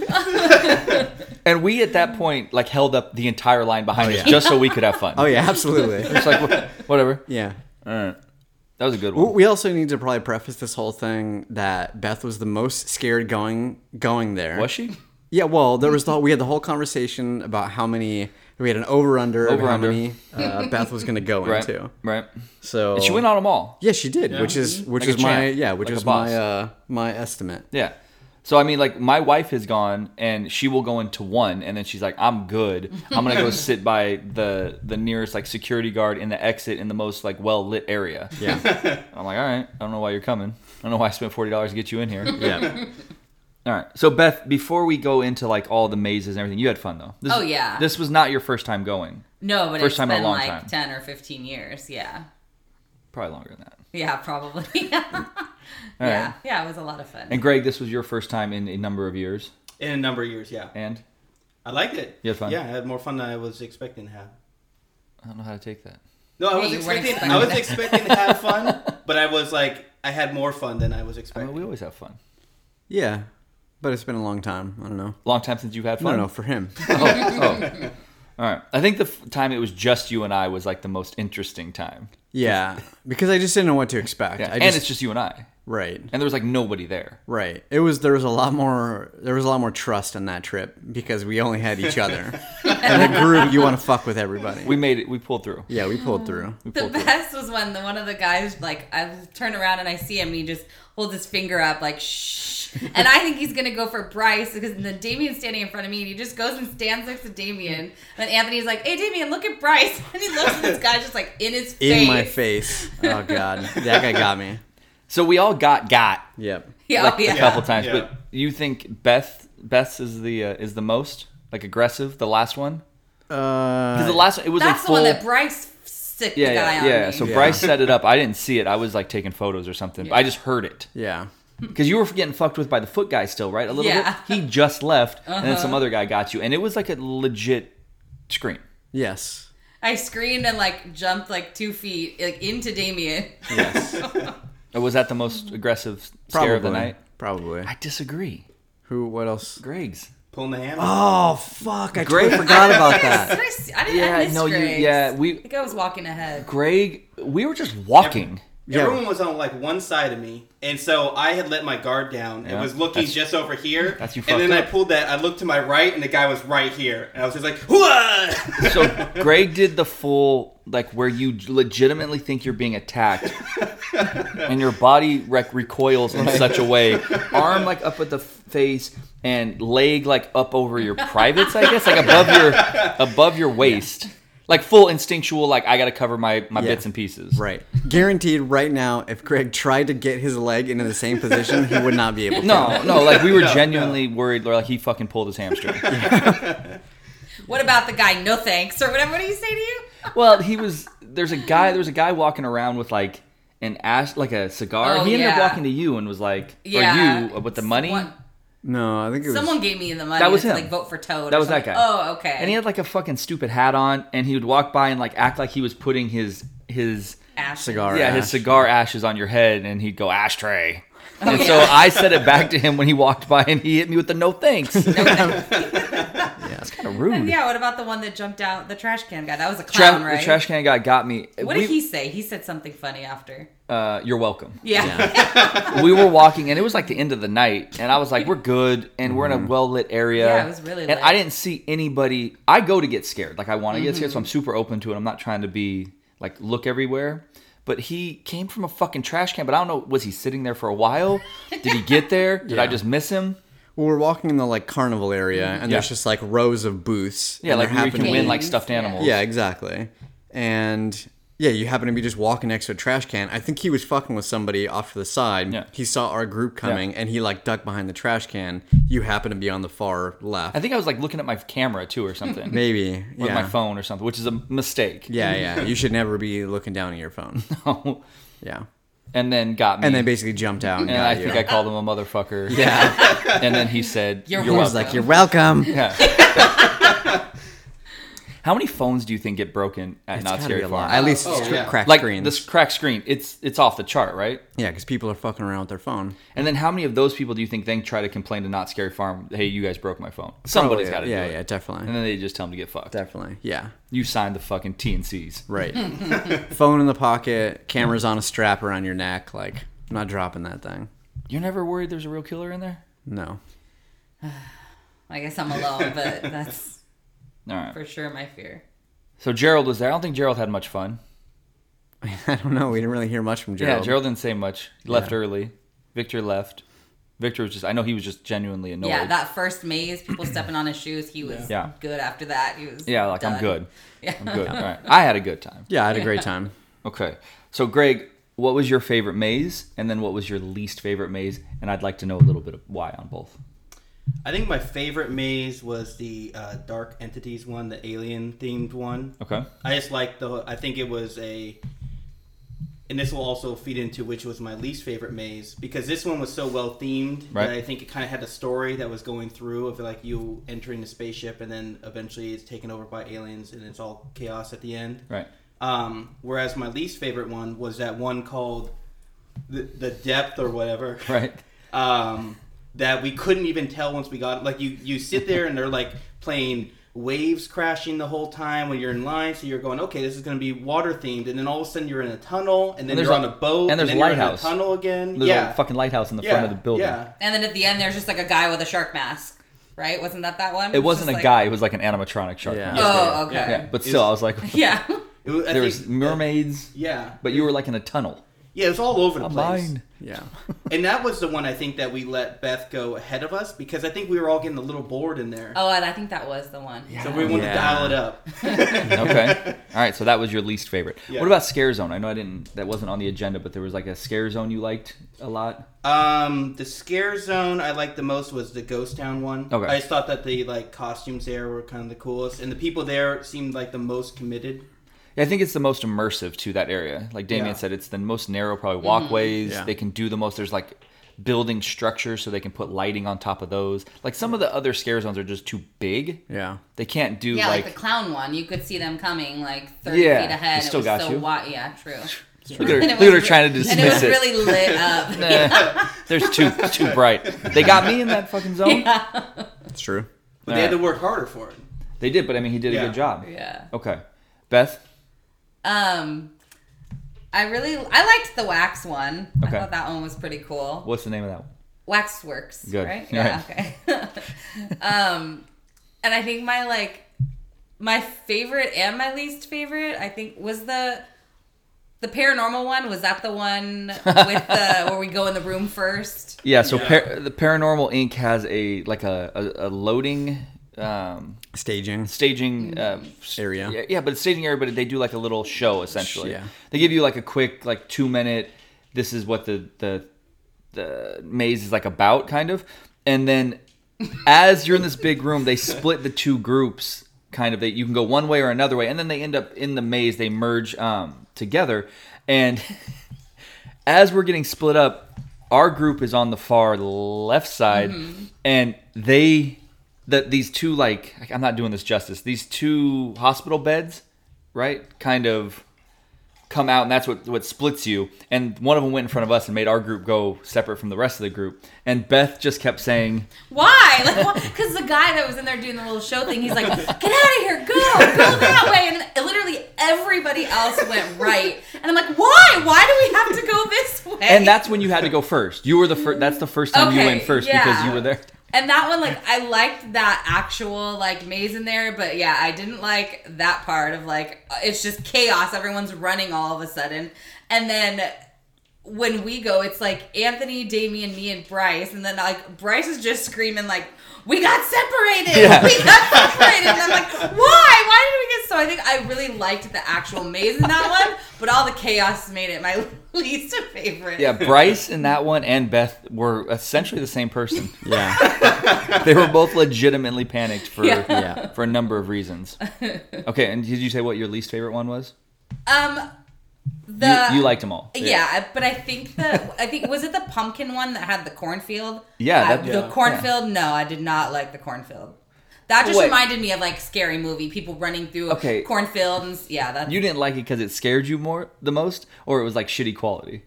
Speaker 1: And we at that point like held up the entire line behind us
Speaker 4: yeah.
Speaker 1: just so we could have fun.
Speaker 4: Oh, yeah, absolutely.
Speaker 1: It's like wha- whatever.
Speaker 4: Yeah.
Speaker 1: That was a good
Speaker 4: But
Speaker 1: one.
Speaker 4: we also need to probably preface this whole thing that Beth was the most scared going going there.
Speaker 1: Was she?
Speaker 4: Yeah, well, there was the we had the whole conversation about how many we had an over under of how
Speaker 1: Over-under.
Speaker 4: many uh, Beth was going to go
Speaker 1: Right.
Speaker 4: into.
Speaker 1: Right.
Speaker 4: So
Speaker 1: She went on them all.
Speaker 4: Yeah, she did, which is which
Speaker 1: Like a
Speaker 4: is my
Speaker 1: champ,
Speaker 4: yeah, which
Speaker 1: like a
Speaker 4: is my
Speaker 1: boss.
Speaker 4: uh, my estimate.
Speaker 1: Yeah. So I mean, like my wife has gone, and she will go into one, and then she's like, "I'm good. I'm gonna go sit by the the nearest like security guard in the exit in the most like well lit area."
Speaker 4: Yeah,
Speaker 1: I'm like, "All right. I don't know why you're coming. I don't know why I spent forty dollars to get you in here."
Speaker 4: yeah.
Speaker 1: All right. So Beth, before we go into like all the mazes and everything, you had fun though. This,
Speaker 2: Oh, yeah.
Speaker 1: This was not your first time going.
Speaker 2: No, but
Speaker 1: First
Speaker 2: it's
Speaker 1: time in a
Speaker 2: been
Speaker 1: long
Speaker 2: like
Speaker 1: time.
Speaker 2: ten or fifteen years. Yeah,
Speaker 1: Probably longer than that.
Speaker 2: yeah, probably. yeah,
Speaker 1: All right.
Speaker 2: yeah, it was a lot of fun.
Speaker 1: And Greg, this was your first time in a number of years,
Speaker 3: In a number of years, yeah.
Speaker 1: and
Speaker 3: I liked it.
Speaker 1: You had fun?
Speaker 3: Yeah, I had more fun than I was expecting to have.
Speaker 1: I don't know how to take that.
Speaker 3: No, I
Speaker 2: Yeah,
Speaker 3: was
Speaker 2: you weren't
Speaker 3: expecting. I was
Speaker 2: expecting
Speaker 3: expecting to have fun, but I was like, I had more fun than I was
Speaker 1: I
Speaker 3: expecting.
Speaker 1: mean, Oh, we always have fun.
Speaker 4: yeah. But it's been a long time. I don't know.
Speaker 1: Long time since you've had
Speaker 4: I
Speaker 1: fun.
Speaker 4: don't know for him.
Speaker 1: Oh, oh. All right. I think the f- time it was just you and I was like the most interesting time.
Speaker 4: Yeah, because I just didn't know what to expect.
Speaker 1: Yeah.
Speaker 4: I
Speaker 1: and
Speaker 4: just,
Speaker 1: it's just you and I.
Speaker 4: right,
Speaker 1: And there was like nobody there.
Speaker 4: right. It was there was a lot more there was a lot more trust on that trip because we only had each other. and a group, you want to fuck with everybody.
Speaker 1: We made it. We pulled through.
Speaker 4: yeah, we pulled through.
Speaker 2: The
Speaker 1: pulled through.
Speaker 2: best was when the one of the guys like I turn around and I see him and he just holds his finger up like shh, and I think he's gonna go for Bryce because then Damien's standing in front of me and he just goes and stands next to Damien. And Anthony's like, "Hey, Damien, look at Bryce," and he looks at this guy just like in his face.
Speaker 4: In my face. Oh god, that guy got me.
Speaker 1: So we all got got
Speaker 4: Yep.
Speaker 2: Yeah,
Speaker 1: like,
Speaker 2: Oh, yeah.
Speaker 1: a couple times.
Speaker 3: Yeah.
Speaker 1: But you think Beth Beth's is the uh, is the most like aggressive? The last one
Speaker 4: Uh,
Speaker 1: because the last one, it was
Speaker 2: That's
Speaker 1: a
Speaker 2: the
Speaker 1: full.
Speaker 2: one that Bryce sick
Speaker 1: yeah,
Speaker 2: the guy
Speaker 1: yeah,
Speaker 2: on
Speaker 1: yeah.
Speaker 2: me.
Speaker 1: So
Speaker 4: Yeah.
Speaker 1: Bryce set it up. I didn't see it. I was like taking photos or something. But I just heard it
Speaker 4: yeah.
Speaker 1: because you were getting fucked with by the foot guy still, right? A little
Speaker 2: Yeah. Uh-huh.
Speaker 1: bit. He just left, and then some other guy got you, and it was like a legit scream.
Speaker 4: Yes.
Speaker 2: I screamed and like jumped like two feet like into Damien.
Speaker 4: Yes.
Speaker 1: Or was that the most aggressive scare
Speaker 4: Probably.
Speaker 1: of the night?
Speaker 4: Probably.
Speaker 1: I disagree.
Speaker 4: Who? What else?
Speaker 1: Greg's.
Speaker 3: Pulling the hammer.
Speaker 4: Oh fuck! I
Speaker 1: Great.
Speaker 4: totally forgot about
Speaker 2: Did
Speaker 4: that.
Speaker 2: I, s- I didn't
Speaker 1: Yeah,
Speaker 2: I missed
Speaker 1: no, you.
Speaker 2: Greg's.
Speaker 1: Yeah,
Speaker 2: I
Speaker 1: we.
Speaker 2: think I was walking ahead.
Speaker 1: Greg, we were just walking.
Speaker 4: Yeah.
Speaker 3: Everyone was on like one side of me, and so I had let my guard down and
Speaker 1: Yeah.
Speaker 3: was looking
Speaker 1: That's-
Speaker 3: just over here.
Speaker 1: that's you
Speaker 3: And then
Speaker 1: fucked
Speaker 3: I
Speaker 1: up.
Speaker 3: pulled that. I looked to my right, and the guy was right here, and I was just like, "Whoa!"
Speaker 1: So Greg did the full like where you legitimately think you're being attacked, and your body rec- recoils in such a way, arm like up at the face and leg like up over your privates, I guess, like above your above your waist, like full instinctual. Like I got to cover my my
Speaker 4: Yeah.
Speaker 1: bits and pieces.
Speaker 4: Right. Guaranteed. Right now, if Greg tried to get his leg into the same position, he would not be able to.
Speaker 1: No, no, like we were
Speaker 3: No, no.
Speaker 1: genuinely worried. Like he fucking pulled his hamstring.
Speaker 2: What about the guy? No thanks or whatever. What do you say to you?
Speaker 1: Well, he was. There's a guy. There was a guy walking around with like an ash, like a cigar.
Speaker 2: Oh,
Speaker 1: he ended up
Speaker 2: yeah.
Speaker 1: walking to you and was like,
Speaker 2: Yeah.
Speaker 1: "Or you uh, with the money?"
Speaker 2: One-
Speaker 4: No, I think it was.
Speaker 2: Someone gave me the money.
Speaker 1: That was
Speaker 2: to,
Speaker 1: him.
Speaker 2: Like vote for Toad.
Speaker 1: That
Speaker 2: or
Speaker 1: was that
Speaker 2: something.
Speaker 1: guy.
Speaker 2: Oh, okay.
Speaker 1: And he had like a fucking stupid hat on, and he would walk by and like act like he was putting his his
Speaker 2: Ash.
Speaker 4: Cigar.
Speaker 1: yeah his
Speaker 4: ash.
Speaker 1: cigar ashes on your head, and he'd go ashtray.
Speaker 2: Oh,
Speaker 1: And so I said it back to him when he walked by, and he hit me with the no thanks. That's kind of rude.
Speaker 2: And yeah. What about the one that jumped out the trash can guy? That was a
Speaker 1: Tra-
Speaker 2: clown, right?
Speaker 1: The trash can guy got me.
Speaker 2: what
Speaker 1: We-
Speaker 2: did he say? He said something funny after.
Speaker 1: Uh, you're welcome.
Speaker 2: Yeah.
Speaker 4: Yeah.
Speaker 1: we were walking and it was like the end of the night and i was like we're good and we're in
Speaker 4: Mm-hmm.
Speaker 1: a well-lit area
Speaker 2: Yeah, it was really
Speaker 1: and
Speaker 2: lit.
Speaker 1: i didn't see anybody i go to get scared like i want to get
Speaker 2: Mm-hmm.
Speaker 1: scared so i'm super open to it i'm not trying to be like look everywhere but he came from a fucking trash can but i don't know was he sitting there for a while did he get there did i
Speaker 4: Yeah.
Speaker 1: just miss him
Speaker 4: Well, we're walking in the like carnival area, and
Speaker 1: Mm-hmm. Yeah.
Speaker 4: there's just like rows of booths.
Speaker 1: yeah
Speaker 4: and
Speaker 1: like
Speaker 4: there
Speaker 1: where you
Speaker 4: happen
Speaker 1: can
Speaker 4: to
Speaker 1: win
Speaker 4: be-
Speaker 1: like stuffed
Speaker 2: Yeah.
Speaker 1: animals
Speaker 4: Yeah, exactly. And yeah, you happen to be just walking next to a trash can. I think he was fucking with somebody off to the side.
Speaker 1: Yeah.
Speaker 4: He saw our group coming, and he like ducked behind the trash can. You happen to be on the far left.
Speaker 1: i think i was like looking at my camera too or something
Speaker 4: maybe
Speaker 1: with
Speaker 4: yeah.
Speaker 1: my phone or something which is a mistake
Speaker 4: Yeah, yeah. You should never be looking down at your phone. Yeah.
Speaker 1: and then got me
Speaker 4: And they basically jumped out. And,
Speaker 1: and
Speaker 4: got
Speaker 1: i
Speaker 4: you.
Speaker 1: think i called him a motherfucker
Speaker 4: Yeah.
Speaker 1: and then he said
Speaker 2: You're
Speaker 4: He
Speaker 1: you're
Speaker 4: was
Speaker 1: welcome
Speaker 4: like, "You're welcome."
Speaker 1: Yeah. How many phones do you think get broken at Not
Speaker 4: gotta be
Speaker 1: Scary
Speaker 4: a
Speaker 1: Farm?
Speaker 4: lot. At least
Speaker 3: Oh,
Speaker 4: cr-
Speaker 3: yeah.
Speaker 4: crack
Speaker 1: like
Speaker 4: screens.
Speaker 1: this cracked screen, it's it's off the chart, right?
Speaker 4: Yeah, because people are fucking around with their phone.
Speaker 1: And then how many of those people do you think then try to complain to Not Scary Farm? Hey, you guys broke my phone. Somebody's got to
Speaker 4: Probably, Oh, yeah,
Speaker 1: do it.
Speaker 4: yeah, definitely,
Speaker 1: And then they just tell them to get fucked.
Speaker 4: definitely, yeah.
Speaker 1: You signed the fucking TNCs.
Speaker 4: Right. phone in the pocket, cameras on a strap around your neck. Like, I'm not dropping that thing.
Speaker 1: You're never worried there's a real killer in there.
Speaker 4: No.
Speaker 2: I guess I'm alone, but that's
Speaker 1: All right.
Speaker 2: for sure my fear.
Speaker 1: So Gerald was there. I don't think Gerald had much fun.
Speaker 4: I don't know. We didn't really hear much from Gerald.
Speaker 1: Yeah, Gerald didn't say much. He left early. Victor left. Victor was just. I know he was just genuinely annoyed.
Speaker 2: Yeah, that first maze, people stepping on his shoes. He was
Speaker 1: Yeah.
Speaker 2: good after that. He was
Speaker 1: Yeah, like I'm
Speaker 2: done.
Speaker 1: good.
Speaker 2: Yeah.
Speaker 1: I'm good. All right. I had a good time.
Speaker 4: Yeah, I had a great time.
Speaker 1: Okay. So, Greg, what was your favorite maze? And then what was your least favorite maze? And I'd like to know a little bit of why on both.
Speaker 3: I think my favorite maze was the uh, Dark Entities one, the alien themed one.
Speaker 1: Okay.
Speaker 3: I just liked the. I think it was a. And this will also feed into which was my least favorite maze because this one was so well themed
Speaker 1: Right.
Speaker 3: that I think it kind of had a story that was going through of like you entering the spaceship and then eventually it's taken over by aliens and it's all chaos at the end.
Speaker 1: Right.
Speaker 3: Um, whereas my least favorite one was that one called the, the depth or whatever
Speaker 1: Right.
Speaker 3: um, that we couldn't even tell once we got like you you sit there and they're like playing waves crashing the whole time when you're in line. So you're going, okay, this is going to be water themed, and then all of a sudden you're in a tunnel, and then
Speaker 1: there's
Speaker 3: you're
Speaker 1: a-
Speaker 3: on a boat,
Speaker 1: and there's
Speaker 3: then
Speaker 1: a
Speaker 3: you're in
Speaker 1: lighthouse.
Speaker 3: tunnel again.
Speaker 1: There's
Speaker 3: yeah,
Speaker 1: a fucking lighthouse in the
Speaker 3: yeah,
Speaker 1: front of the building.
Speaker 3: Yeah,
Speaker 2: And then at the end, there's just like a guy with a shark mask, right? Wasn't that that one?
Speaker 1: It wasn't a
Speaker 2: Just like-
Speaker 1: guy. It was like an animatronic shark.
Speaker 4: Yeah.
Speaker 1: mask.
Speaker 2: Oh,
Speaker 3: Yeah.
Speaker 2: okay.
Speaker 1: Yeah,
Speaker 2: Yeah.
Speaker 1: but still, I was like,
Speaker 2: yeah.
Speaker 3: It was, I
Speaker 1: there
Speaker 3: think-
Speaker 1: was mermaids,
Speaker 3: Yeah,
Speaker 1: but you were like in a tunnel.
Speaker 3: yeah, it was all over the place.
Speaker 1: Mine.
Speaker 4: Yeah.
Speaker 3: And that was the one I think that we let Beth go ahead of us because I think we were all getting a little bored in there.
Speaker 2: Oh, and I think that was the one.
Speaker 3: So we wanted
Speaker 4: Yeah.
Speaker 3: to dial it up.
Speaker 1: Okay. All right. So that was your least favorite.
Speaker 3: Yeah.
Speaker 1: What about scare zone? I know I didn't. That wasn't on the agenda, but there was like a scare zone you liked a lot.
Speaker 3: Um, the scare zone I liked the most was the ghost town one.
Speaker 1: Okay.
Speaker 3: I just thought that the like costumes there were kind of the coolest, and the people there seemed like the most committed.
Speaker 1: I think it's the most immersive to that area. Like Damien
Speaker 3: Yeah. Mm-hmm.
Speaker 1: said, it's the most narrow, probably walkways.
Speaker 4: Yeah.
Speaker 1: They can do the most. There's like building structures, so they can put lighting on top of those. Like some of the other scare zones are just too big.
Speaker 4: Yeah.
Speaker 1: They can't do
Speaker 2: Yeah, like,
Speaker 1: like.
Speaker 2: the clown one. You could see them coming like 30
Speaker 1: Yeah,
Speaker 2: feet
Speaker 1: they
Speaker 2: ahead.
Speaker 1: still
Speaker 2: it was
Speaker 1: got
Speaker 2: so
Speaker 1: you.
Speaker 2: wide. Yeah, true.
Speaker 1: look at her, look
Speaker 2: And it
Speaker 1: at her
Speaker 2: was re-
Speaker 1: trying to
Speaker 2: And it
Speaker 1: dismiss
Speaker 2: was
Speaker 1: it.
Speaker 2: really lit up.
Speaker 1: Nah, there's too it's too bright. They got me in that fucking zone.
Speaker 4: It's true.
Speaker 3: But they had to work harder for it.
Speaker 1: They did, but I mean, he did a
Speaker 3: Yeah.
Speaker 1: good job.
Speaker 2: yeah.
Speaker 1: Okay, Beth.
Speaker 2: Um, I really I liked the wax one.
Speaker 1: Okay.
Speaker 2: I thought that one was pretty cool.
Speaker 1: What's the name of that one?
Speaker 2: Waxworks,
Speaker 1: Good.
Speaker 2: right?
Speaker 1: All
Speaker 2: Yeah. Okay. um, and I think my like my favorite and my least favorite, I think, was the the paranormal one. Was that the one with the where we go in the room first?
Speaker 1: Yeah. So
Speaker 3: Yeah.
Speaker 1: Par- the Paranormal Inc. has a like a a, a loading. Um,
Speaker 4: Staging.
Speaker 1: staging uh, s-
Speaker 4: Area.
Speaker 1: Yeah, yeah, but it's staging area, but they do like a little show essentially.
Speaker 4: Yeah.
Speaker 1: They give you like a quick like two minute. This is what the the the maze is like about, kind of, and then as you're in this big room, they split the two groups. Kind of that you can go one way or another way, and then they end up in the maze. They merge um, together, and as we're getting split up, our group is on the far left side, and they that these two like I'm not doing this justice. These two hospital beds, right? Kind of come out, and that's what what splits you. And one of them went in front of us and made our group go separate from the rest of the group. And Beth just kept saying,
Speaker 2: Why? Like, because the guy that was in there doing the little show thing, he's like, "Get out of here, go, go that way," and then literally everybody else went right, and I'm like, "Why? Why do we have to go this way?"
Speaker 1: and that's when you had to go first. You were the first. That's the first time you
Speaker 2: Okay,
Speaker 1: went first because
Speaker 2: yeah.
Speaker 1: you were there.
Speaker 2: And that one, like, I liked that actual like maze in there, but yeah, I didn't like that part of like it's just chaos. Everyone's running all of a sudden, and then when we go, it's like Anthony, Damien, me, and Bryce, and then like Bryce is just screaming like, "We got separated!
Speaker 1: Yeah.
Speaker 2: We got separated!" And I'm like, "Why? Why did we get so?" I think I really liked the actual maze in that one, but all the chaos made it my least favorite.
Speaker 1: Yeah, Bryce in that one and Beth were essentially the same person.
Speaker 4: Yeah.
Speaker 1: they were both legitimately panicked for
Speaker 2: Yeah.
Speaker 4: Yeah.
Speaker 1: for a number of reasons. Okay, and did you say what your least favorite one was?
Speaker 2: Um,
Speaker 1: You,
Speaker 2: the
Speaker 1: you liked them all.
Speaker 2: Yeah, I- but I think the I think was it the pumpkin one that had the cornfield?
Speaker 1: Yeah,
Speaker 2: I-
Speaker 1: that-
Speaker 2: the
Speaker 3: Yeah.
Speaker 2: cornfield. No, I did not like the cornfield. That just
Speaker 1: Wait.
Speaker 2: reminded me of like scary movie people running through
Speaker 1: Okay.
Speaker 2: cornfield and s- yeah that
Speaker 1: You didn't like it because it scared you more the most, or it was like shitty quality.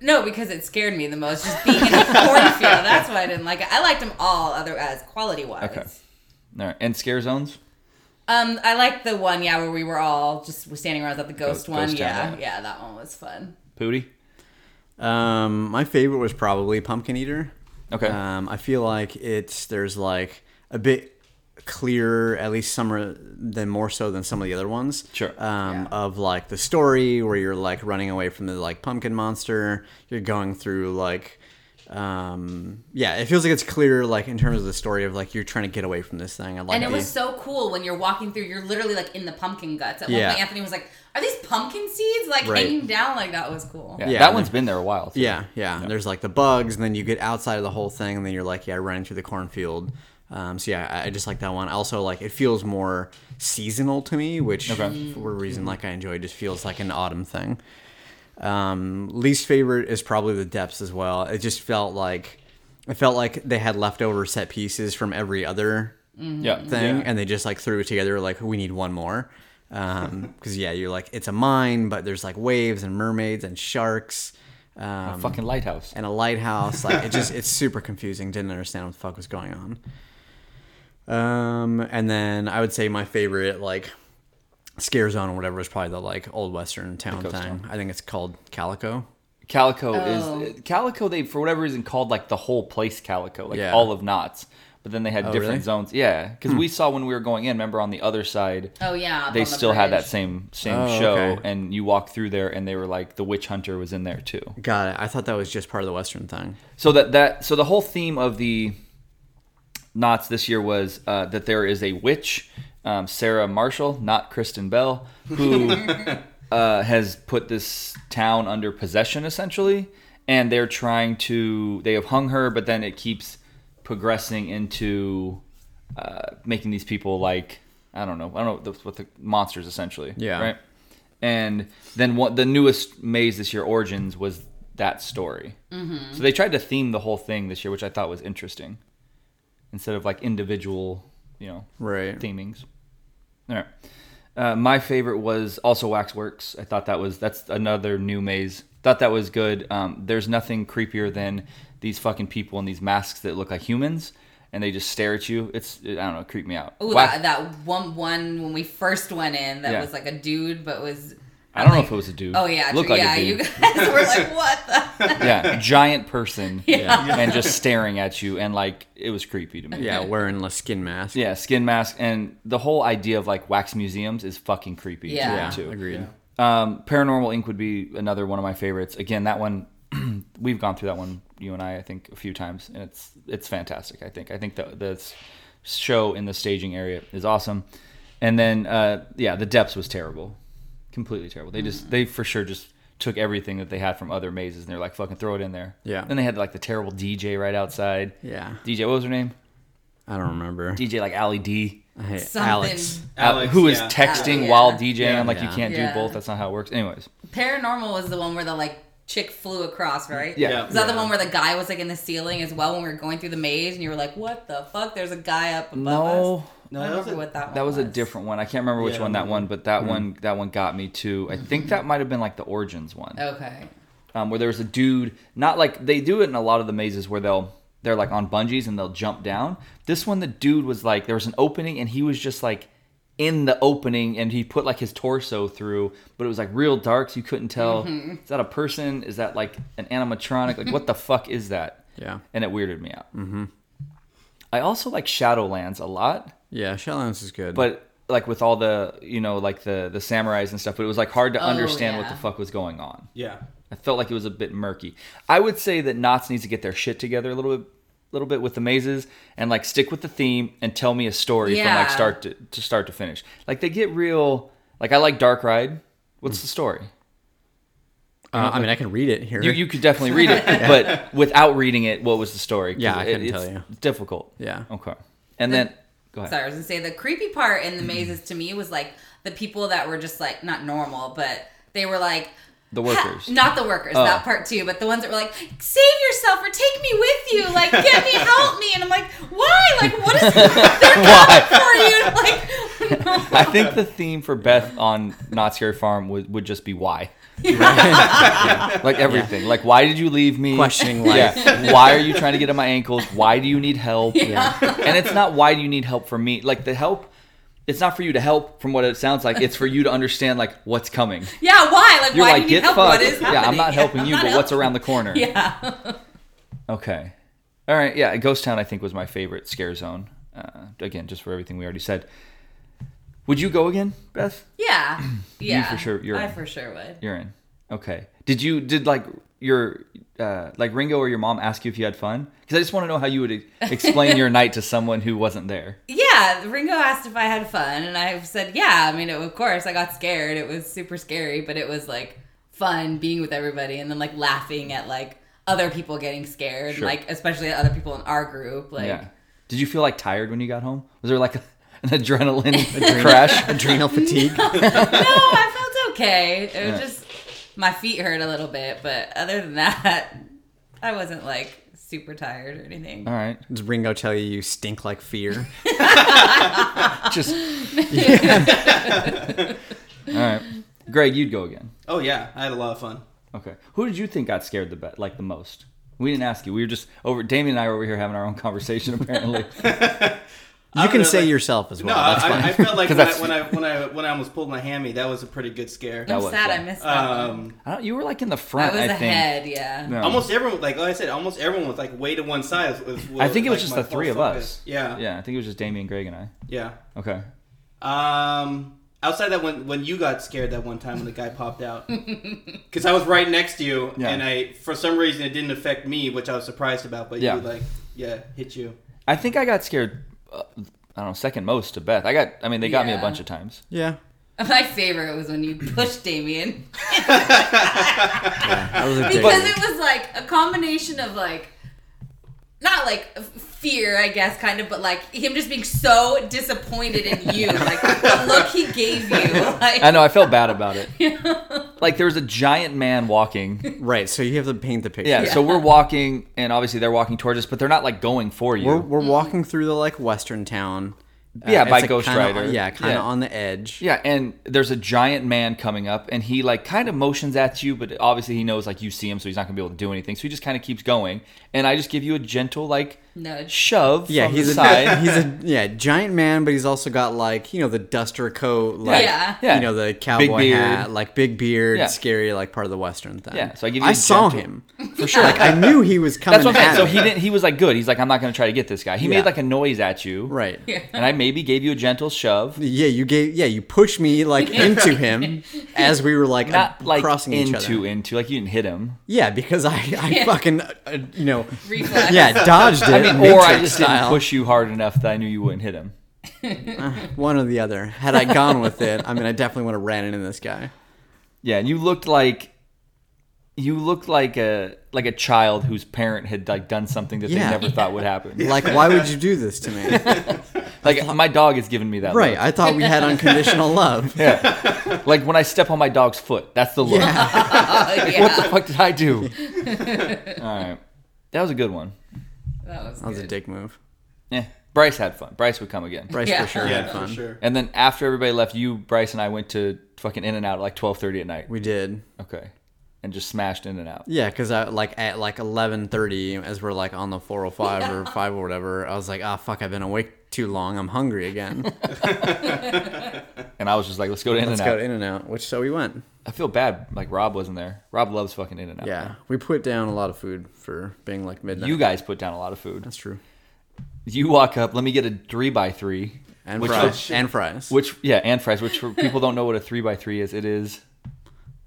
Speaker 2: no because it scared me the most just being in a cornfield that's why I didn't like it I liked them all other as quality wise
Speaker 1: Okay. All right, and scare zones.
Speaker 2: um I liked the one yeah where we were all just standing around at the ghost,
Speaker 1: Ghost
Speaker 2: one
Speaker 1: town,
Speaker 2: yeah
Speaker 1: yeah.
Speaker 2: yeah that one was fun
Speaker 1: Pooty.
Speaker 4: Um, my favorite was probably Pumpkin Eater.
Speaker 1: Okay.
Speaker 4: Um, I feel like it's there's like a bit clearer, at least some are- than more so than some of the other ones.
Speaker 1: Sure.
Speaker 4: Um,
Speaker 2: Yeah.
Speaker 4: Of like the story where you're like running away from the like pumpkin monster. You're going through like, um, yeah, it feels like it's clear like in terms of the story of like you're trying to get away from this thing. I like
Speaker 2: And it
Speaker 4: the-
Speaker 2: was so cool when you're walking through, you're literally like in the pumpkin guts. At
Speaker 4: Yeah.
Speaker 2: one point, Anthony was like, Are these pumpkin seeds? Like
Speaker 4: Right.
Speaker 2: hanging down like that was cool.
Speaker 1: yeah,
Speaker 4: yeah,
Speaker 1: that
Speaker 4: and
Speaker 1: one's been there a while. too.
Speaker 4: Yeah, yeah. There's like the bugs, and then you get outside of the whole thing, and then you're like, yeah, running through the cornfield. Um, so yeah, I, I just like that one. Also, like it feels more seasonal to me, which
Speaker 1: Okay.
Speaker 4: for a reason like I enjoy, just feels like an autumn thing. Um, least favorite is probably the depths as well. It just felt like it felt like they had leftover set pieces from every other
Speaker 1: yeah,
Speaker 4: thing,
Speaker 1: Yeah.
Speaker 4: and they just like threw it together. Like we need one more, because yeah, you're like it's a mine, but there's like waves and mermaids and sharks. Um,
Speaker 1: Fucking lighthouse.
Speaker 4: and a lighthouse. Like it just it's super confusing. Didn't understand what the fuck was going on. Um, and then I would say my favorite like scare zone or whatever is probably the like old western town thing.
Speaker 1: ghost
Speaker 4: I think it's called Calico.
Speaker 1: Calico
Speaker 2: Oh.
Speaker 1: is Calico. They for whatever reason called like the whole place Calico, like
Speaker 4: Yeah. Oh,
Speaker 1: all of Knots. But then they had different
Speaker 4: really? Hmm.
Speaker 1: zones. Yeah, because we saw when we were going in. Remember on the other side,
Speaker 2: Oh yeah. up
Speaker 1: they
Speaker 2: on the
Speaker 1: still had that
Speaker 2: bridge.
Speaker 1: same same
Speaker 4: Oh,
Speaker 1: show,
Speaker 4: okay.
Speaker 1: and you walk through there, and they were like the witch hunter was in there too.
Speaker 4: Got it. I thought that was just part of the western thing.
Speaker 1: So that that so the whole theme of the knots this year was uh, that there is a witch, um, Sarah Marshall, not Kristen Bell, who uh, has put this town under possession essentially, and they're trying to they have hung her, but then it keeps progressing into uh, making these people like I don't know I don't know the, what the monsters essentially
Speaker 4: Yeah.
Speaker 1: right. And then what the newest maze this year, Origins, was that story.
Speaker 2: Mm-hmm.
Speaker 1: So they tried to theme the whole thing this year, which I thought was interesting, instead of like individual, you know,
Speaker 4: Right.
Speaker 1: themings. All right. Uh, my favorite was also Waxworks. I thought that was that's another new maze. Thought that was good. Um, there's nothing creepier than these fucking people in these masks that look like humans, and they just stare at you. It's I don't know, it creeped me out.
Speaker 2: Ooh,
Speaker 1: Wax-
Speaker 2: that, that one one when we first went in that
Speaker 1: Yeah.
Speaker 2: was like a dude, but was.
Speaker 1: I don't know
Speaker 2: like-
Speaker 1: if it was a dude.
Speaker 2: Oh yeah,
Speaker 1: looked
Speaker 2: true.
Speaker 1: like
Speaker 2: yeah.
Speaker 1: a dude.
Speaker 2: You guys were like, what the?
Speaker 1: yeah, giant person,
Speaker 2: Yeah.
Speaker 1: and just staring at you, and like it was creepy to me.
Speaker 4: Yeah, wearing a skin mask.
Speaker 1: Yeah, skin mask and the whole idea of like wax museums is fucking creepy. to
Speaker 2: Yeah.
Speaker 1: me,
Speaker 4: Yeah,
Speaker 1: too.
Speaker 4: agreed.
Speaker 1: Um, Paranormal Inc would be another one of my favorites. Again, that one we've gone through that one you and I I think a few times, and it's it's fantastic. I think I think the the s- show in the staging area is awesome, and then uh, yeah, the depths was terrible, completely terrible. They just they for sure just took everything that they had from other mazes and they're like fucking throw it in there.
Speaker 4: Yeah.
Speaker 1: Then they had like the terrible DJ right outside.
Speaker 4: Yeah.
Speaker 1: DJ, what was her name?
Speaker 4: I don't remember.
Speaker 1: DJ like Ally D.
Speaker 4: Hey,
Speaker 2: Something.
Speaker 4: Alex.
Speaker 1: Alex, Uh, who is
Speaker 3: yeah.
Speaker 1: texting
Speaker 2: Yeah.
Speaker 1: while DJing. I'm like, you
Speaker 4: Yeah.
Speaker 1: can't
Speaker 2: Yeah.
Speaker 1: do both. That's not how it works. Anyways,
Speaker 2: Paranormal was the one where the like chick flew across, right?
Speaker 1: yeah.
Speaker 3: Yeah.
Speaker 2: Is that the one where the guy was like in the ceiling as well when we were going through the maze and you were like, what the fuck? There's a guy up above us.
Speaker 1: No,
Speaker 3: No,
Speaker 2: I
Speaker 3: that
Speaker 2: don't
Speaker 3: was
Speaker 2: remember
Speaker 3: a-
Speaker 2: what that one
Speaker 1: that was
Speaker 2: was.
Speaker 1: a different one. I can't remember which
Speaker 3: Yeah.
Speaker 1: one that one, but that one that one got me too. I think that might have been like the origins one,
Speaker 2: Okay.
Speaker 1: um, where there was a dude. Not like they do it in a lot of the mazes where they'll they're like on bungees and they'll jump down. This one, the dude was like there was an opening and he was just like in the opening and he put like his torso through, but it was like real dark, so you couldn't tell. Is that a person? Is that like an animatronic? Like what the fuck is that?
Speaker 4: Yeah.
Speaker 1: and it weirded me out. Mm-hmm. I also like Shadowlands a lot,
Speaker 4: Yeah, Shadowlands is good.
Speaker 1: but like with all the you know like the the samurais and stuff, but it was like hard to
Speaker 2: Oh,
Speaker 1: understand what
Speaker 2: yeah.
Speaker 1: the fuck was going on.
Speaker 3: Yeah.
Speaker 1: I felt like it was a bit murky. I would say that Knots needs to get their shit together a little bit, little bit with the mazes and like stick with the theme and tell me a story from
Speaker 2: Yeah.
Speaker 1: like start to, to start to finish. Like they get real. Like I like Dark Ride. What's the story?
Speaker 4: uh, I mean, I can read it here.
Speaker 1: You, you could definitely read it, but without reading it, what was the story? 'Cause
Speaker 4: Yeah, I
Speaker 1: it-
Speaker 4: couldn't
Speaker 1: it's
Speaker 4: tell you.
Speaker 1: Difficult.
Speaker 4: Yeah.
Speaker 1: Okay. And then, go ahead.
Speaker 2: Sorry, I was gonna say the creepy part
Speaker 1: Mm-hmm.
Speaker 2: in the mazes to me was like the people that were just like not normal, but they were like
Speaker 1: The
Speaker 2: "Ha-"
Speaker 1: workers.
Speaker 2: not the workers,
Speaker 1: Oh.
Speaker 2: that part too, but the ones that were like, "Save yourself or take me with you, like get me, help me," and I'm like, "Why? Like what is they're coming for you?" Like,
Speaker 1: I think the theme for Beth on Not Scary Farm would, would just be why. Like everything. Like why did you leave me?
Speaker 4: Questioning life.
Speaker 1: Yeah. why are you trying to get at my ankles? Why do you need help? And it's not why do you need help from me? Like the help it's not for you to help from what it sounds like. It's for you to understand like what's coming.
Speaker 2: yeah, why? Like
Speaker 1: You're
Speaker 2: why
Speaker 1: like
Speaker 2: do you
Speaker 1: get
Speaker 2: need help?
Speaker 1: fucked.
Speaker 2: What is happening?
Speaker 1: yeah, I'm not helping
Speaker 2: I'm
Speaker 1: you,
Speaker 2: not
Speaker 1: but what's
Speaker 2: help-
Speaker 1: around the corner?
Speaker 2: Yeah,
Speaker 1: Okay. All right. Yeah. Ghost Town, I think, was my favorite scare zone. Uh, again, just for everything we already said. Would you go again, Beth?
Speaker 2: yeah, yeah.
Speaker 1: for sure- you're
Speaker 2: I
Speaker 1: in.
Speaker 2: for sure would.
Speaker 1: You're in. Okay. Did you did like your uh, like Ringo or your mom ask you if you had fun? Because I just want to know how you would e- explain your night to someone who wasn't there.
Speaker 2: Yeah, Ringo asked if I had fun, and I said, yeah. I mean, it, of course, I got scared. It was super scary, but it was like fun being with everybody and then like laughing at like other people getting scared,
Speaker 1: Sure.
Speaker 2: like especially other people in our group. Like,
Speaker 1: yeah. Did you feel like tired when you got home? Was there like a, an adrenaline crash?
Speaker 4: Adrenal fatigue.
Speaker 2: no, I felt okay. It was just my feet hurt a little bit, but other than that, I wasn't like super tired or anything.
Speaker 1: All right.
Speaker 4: Does Ringo tell you you stink like fear?
Speaker 1: Just. All right. Greg, you'd go again.
Speaker 3: Oh yeah, I had a lot of fun.
Speaker 1: Okay. Who did you think got scared the best, like the most? We didn't ask you. We were just over. Damien and I were over here having our own conversation. Apparently,
Speaker 4: You
Speaker 3: don't
Speaker 4: can
Speaker 3: know,
Speaker 4: say
Speaker 3: like-
Speaker 4: yourself as well.
Speaker 3: No,
Speaker 4: That's
Speaker 3: I,
Speaker 4: fine.
Speaker 3: I felt like
Speaker 1: 'Cause
Speaker 3: when I,
Speaker 1: that's-
Speaker 3: when I when I when I almost pulled my hammy, that was a pretty good scare.
Speaker 1: That
Speaker 2: I'm
Speaker 1: was
Speaker 2: sad
Speaker 1: fun.
Speaker 2: I missed that. one.
Speaker 3: Um,
Speaker 1: I don't, you were like in the
Speaker 2: I
Speaker 1: front.
Speaker 2: was
Speaker 1: I, think.
Speaker 2: ahead, yeah.
Speaker 1: No.
Speaker 3: almost everyone, like, like I said, almost everyone was like way to one side. was- was,
Speaker 1: I think it was
Speaker 3: like,
Speaker 1: just
Speaker 3: my
Speaker 1: the three
Speaker 3: full
Speaker 1: of
Speaker 3: focus.
Speaker 1: us.
Speaker 3: Yeah,
Speaker 1: Yeah, I think it was just Damien, Greg, and I.
Speaker 3: yeah.
Speaker 1: Okay.
Speaker 3: Um, outside that when when you got scared that one time when the guy popped out, because I was right next to you,
Speaker 1: Yeah.
Speaker 3: and I for some reason it didn't affect me, which I was surprised about. But
Speaker 1: Yeah.
Speaker 3: you like, yeah, hit you.
Speaker 1: I think I got scared. Uh, I don't know, second most to Beth. I got. I mean, they got me
Speaker 2: Yeah.
Speaker 1: a bunch of times.
Speaker 4: yeah.
Speaker 2: My favorite was when you pushed Damien.
Speaker 4: That was a dick
Speaker 2: because
Speaker 4: move.
Speaker 2: it was like a combination of like not like f- fear i guess kind of but like him just being so disappointed in you like the look he gave you like
Speaker 1: I know. I felt bad about it. Like there was a giant man walking.
Speaker 4: Right, so you have to paint the picture.
Speaker 1: Yeah, So we're walking, and obviously they're walking towards us, but they're not like going for you.
Speaker 4: We're, we're walking through the like western town. Uh,
Speaker 1: Yeah,
Speaker 4: it's,
Speaker 1: by
Speaker 4: like,
Speaker 1: Ghost
Speaker 4: kinda
Speaker 1: Rider.
Speaker 4: on- yeah, kind of
Speaker 1: Yeah.
Speaker 4: on the edge.
Speaker 1: yeah, and there's a giant man coming up, and he like kind of motions at you, but obviously he knows like you see him, so he's not gonna be able to do anything. So he just kind of keeps going, and I just give you a gentle like
Speaker 2: nudge
Speaker 1: shove.
Speaker 4: Yeah,
Speaker 1: from
Speaker 4: he's
Speaker 1: the
Speaker 4: a
Speaker 1: side.
Speaker 4: he's a yeah giant man, but he's also got like you know the duster coat, like
Speaker 2: Yeah.
Speaker 1: Yeah.
Speaker 4: you know the cowboy
Speaker 1: beard.
Speaker 4: hat, like big beard,
Speaker 1: Yeah.
Speaker 4: scary, like part of the western thing.
Speaker 1: Yeah, so I give you
Speaker 4: I
Speaker 1: a
Speaker 4: saw
Speaker 1: gentle-
Speaker 4: him for sure. Like I knew he was coming.
Speaker 1: That's what I'm saying.
Speaker 4: at
Speaker 1: So
Speaker 4: me.
Speaker 1: he didn't. He was like good. He's like, I'm not gonna try to get this guy. He
Speaker 4: Yeah.
Speaker 1: made like a noise at you,
Speaker 4: right. Yeah.
Speaker 1: And I maybe gave you a gentle shove,
Speaker 4: you gave yeah you pushed me like into him as we were like
Speaker 1: not
Speaker 4: ab-
Speaker 1: like
Speaker 4: crossing each other.
Speaker 1: into into like you didn't hit him.
Speaker 4: Yeah, because I I fucking uh, uh, you know
Speaker 2: reflex
Speaker 4: yeah dodged it.
Speaker 1: I mean, or
Speaker 4: Matrix
Speaker 1: I just didn't
Speaker 4: style.
Speaker 1: push you hard enough that I knew you wouldn't hit him.
Speaker 4: One or the other. Had I gone with it, I mean, I definitely would have ran into this guy.
Speaker 1: Yeah, and you looked like you looked like a like a child whose parent had like done something that
Speaker 4: Yeah.
Speaker 1: they never thought would happen.
Speaker 4: Like, why would you do this to me?
Speaker 1: Like my dog has given me that
Speaker 4: Right. I thought we had unconditional love.
Speaker 1: look. Yeah. like when I step on my dog's foot, that's the look.
Speaker 4: Yeah.
Speaker 2: oh
Speaker 1: What the
Speaker 2: yeah
Speaker 1: fuck did I do? All right, that was a good one.
Speaker 2: that was,
Speaker 4: That was a
Speaker 2: good.
Speaker 4: dick move.
Speaker 1: Yeah, Bryce had fun. Bryce would come again.
Speaker 4: Bryce
Speaker 2: Yeah.
Speaker 4: for sure
Speaker 3: Yeah,
Speaker 4: had
Speaker 3: for
Speaker 4: fun.
Speaker 3: sure.
Speaker 1: And then after everybody left, you, Bryce, and I went to fucking In and Out at like twelve thirty at night.
Speaker 4: We did.
Speaker 1: Okay, and just smashed In and Out.
Speaker 4: Yeah, because I like at like eleven thirty, as we're like on the four hundred five or five or whatever, I was like, ah, fuck, I've been awake too long. I'm hungry again.
Speaker 1: And I was just like, let's go to In and
Speaker 4: Let's go
Speaker 1: Out.
Speaker 4: to In and Out. Which so we went.
Speaker 1: I feel bad. Like Rob wasn't there. Rob loves fucking In and Out.
Speaker 4: Yeah, we put down a lot of food for being like midnight.
Speaker 1: Uh-huh. You guys put down a lot of food.
Speaker 4: That's true.
Speaker 1: You walk up. Let me get a three by three.
Speaker 4: And
Speaker 1: which
Speaker 4: fries.
Speaker 1: For,
Speaker 4: and fries.
Speaker 1: which yeah, and fries. Which for people don't know what a three by three is. It is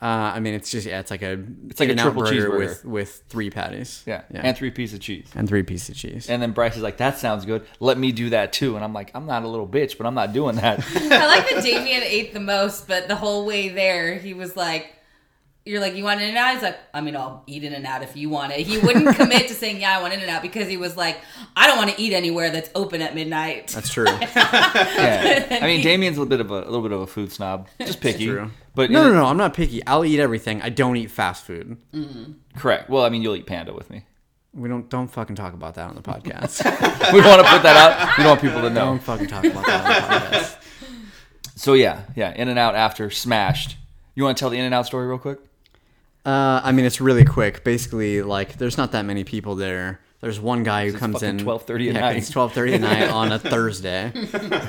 Speaker 4: Uh, I mean, it's just yeah, it's like a it's
Speaker 1: like a triple cheeseburger.
Speaker 4: with with three patties.
Speaker 1: yeah,
Speaker 4: yeah.
Speaker 1: and three piece of cheese.
Speaker 4: and three pieces of cheese.
Speaker 1: And then Bryce is like, that sounds good. Let me do that too. And I'm like, I'm not a little bitch, but I'm not doing that.
Speaker 2: i like that damien ate the most but the whole way there he was like you're like you want in and out he's like i mean i'll eat in and out if you want it he wouldn't commit to saying yeah i want in and out because he was like i don't want to eat anywhere that's open at midnight
Speaker 4: That's true.
Speaker 1: yeah. I mean, Damien's a little bit of a, a little bit of a food snob, just picky.
Speaker 4: true.
Speaker 1: But
Speaker 4: no,
Speaker 1: in-
Speaker 4: no, no. I'm not picky. I'll eat everything. I don't eat fast food.
Speaker 1: Correct. Well, I mean, you'll eat panda with me.
Speaker 4: We don't don't fucking talk about that on the podcast.
Speaker 1: We want to put that out. We don't want people to know.
Speaker 4: don't fucking talk about that on the podcast.
Speaker 1: So yeah, yeah. In and out after smashed. You want to tell the In and Out story real quick?
Speaker 4: Uh, I mean, it's really quick. Basically, like there's not that many people there. There's one guy who comes
Speaker 1: fucking
Speaker 4: in
Speaker 1: 12:30 at
Speaker 4: yeah, 'cause
Speaker 1: night.
Speaker 4: It's twelve thirty at night on a Thursday,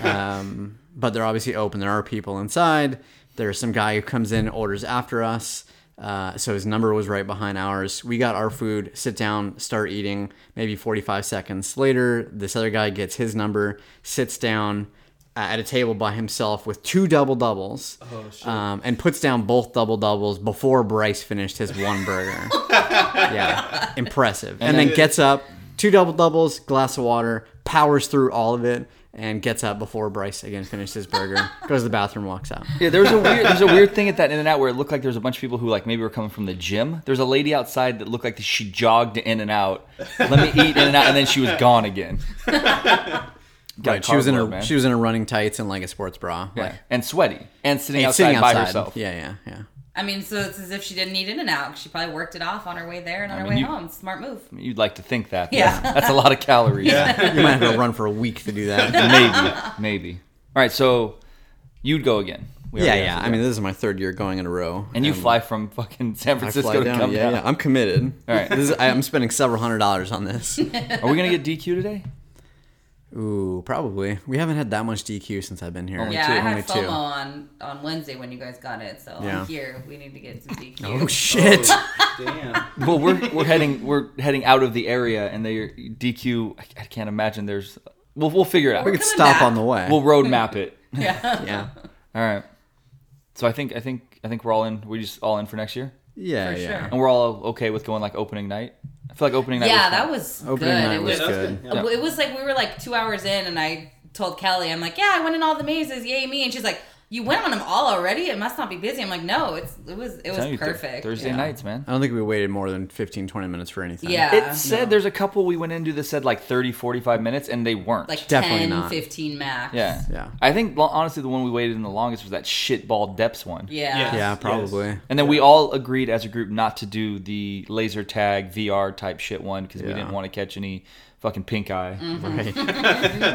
Speaker 4: um, but they're obviously open. There are people inside. There's some guy who comes in, orders after us. Uh, so his number was right behind ours. We got our food, sit down, start eating. Maybe 45 seconds later, this other guy gets his number, sits down uh, at a table by himself with two double doubles, um, and puts down both double doubles before Bryce finished his one burger. yeah, impressive. And, then gets up, two double doubles, glass of water, powers through all of it, and gets up before Bryce again finishes his burger, goes to the bathroom, walks out.
Speaker 1: Yeah, there was a weird there's a weird thing at that In and Out where it looked like there was a bunch of people who like maybe were coming from the gym. There's a lady outside that looked like she jogged to In and Out. Let me eat In and Out, and then she was gone again. Got
Speaker 4: Right, she was in her
Speaker 1: cardboard, man.
Speaker 4: she was in her running tights and like a sports bra,
Speaker 1: Yeah.
Speaker 4: like
Speaker 1: and sweaty and sitting
Speaker 4: and
Speaker 1: outside,
Speaker 4: sitting
Speaker 1: by
Speaker 4: outside.
Speaker 1: herself.
Speaker 4: Yeah, yeah, yeah.
Speaker 2: I mean, so it's as if she didn't need in and out. She probably worked it off on her way there and on her
Speaker 1: mean,
Speaker 2: way
Speaker 1: you-
Speaker 2: home. Smart move.
Speaker 1: You'd like to think that.
Speaker 2: Yeah.
Speaker 1: Yeah, that's a lot of calories.
Speaker 3: Yeah.
Speaker 4: You might have to run for a week to do that.
Speaker 1: maybe, maybe. All right, so you'd go again. We
Speaker 4: yeah,
Speaker 1: already
Speaker 4: yeah.
Speaker 1: answered
Speaker 4: I
Speaker 1: that.
Speaker 4: mean, this is my third year going in a row.
Speaker 1: and you fly from fucking San
Speaker 4: I
Speaker 1: Francisco
Speaker 4: fly
Speaker 1: to
Speaker 4: down.
Speaker 1: come
Speaker 4: Yeah,
Speaker 1: down.
Speaker 4: yeah. I'm committed. All
Speaker 1: right.
Speaker 4: this is, I, I'm spending several hundred dollars on this.
Speaker 1: Are we gonna get DQ today?
Speaker 4: Ooh, probably. We haven't had that much DQ since I've been here.
Speaker 1: Only
Speaker 2: yeah,
Speaker 1: two.
Speaker 2: I had
Speaker 4: Only
Speaker 2: FOMO
Speaker 4: two.
Speaker 2: on on Wednesday when you guys got it, so
Speaker 4: Yeah.
Speaker 2: I'm here. We need to get some DQ.
Speaker 4: Oh shit.
Speaker 3: Oh, damn.
Speaker 1: well, we're we're heading we're heading out of the area, and they DQ. I, I can't imagine there's. We'll we'll figure it out.
Speaker 4: we
Speaker 1: We'll
Speaker 4: could
Speaker 2: coming
Speaker 4: stop
Speaker 2: back.
Speaker 4: on the way.
Speaker 1: road map it.
Speaker 2: yeah.
Speaker 4: yeah.
Speaker 1: All right. So I think I think I think we're all in. We just all in for next year,
Speaker 4: Yeah,
Speaker 2: For
Speaker 4: yeah.
Speaker 2: sure.
Speaker 1: and we're all okay with going like opening night. I feel like opening night.
Speaker 2: Yeah,
Speaker 1: was fun.
Speaker 2: that was good.
Speaker 4: Opening night
Speaker 2: it
Speaker 4: was
Speaker 2: was,
Speaker 3: Yeah, that was
Speaker 4: good.
Speaker 3: good.
Speaker 1: Yeah.
Speaker 2: it was like we were like two hours in, and I told Kelly, I'm like, yeah, I went in all the mazes, yay me, and she's like, you went on them all already. It must not be busy. I'm like, no, it's it was it
Speaker 1: I'm telling
Speaker 2: was
Speaker 1: you, Thur-
Speaker 2: perfect.
Speaker 1: Thursday
Speaker 2: yeah.
Speaker 1: nights, man.
Speaker 4: I don't think we waited more than 15, 20 minutes for anything.
Speaker 2: Yeah.
Speaker 1: It said
Speaker 2: no.
Speaker 1: there's a couple we went into that said like 30, 45 minutes, and they weren't.
Speaker 2: like
Speaker 4: Definitely
Speaker 2: 10,
Speaker 4: not.
Speaker 2: 15 max.
Speaker 1: yeah,
Speaker 4: Yeah.
Speaker 1: I think well, honestly, the one we waited in the longest was that shitball depths one.
Speaker 2: Yeah.
Speaker 3: Yeah.
Speaker 4: Yeah,
Speaker 3: Yes.
Speaker 4: probably.
Speaker 1: And then we all agreed as a group not to do the laser tag VR type shit one because we
Speaker 4: Yeah. Mm-hmm.
Speaker 1: didn't want to catch any fucking pink eye.
Speaker 4: Right.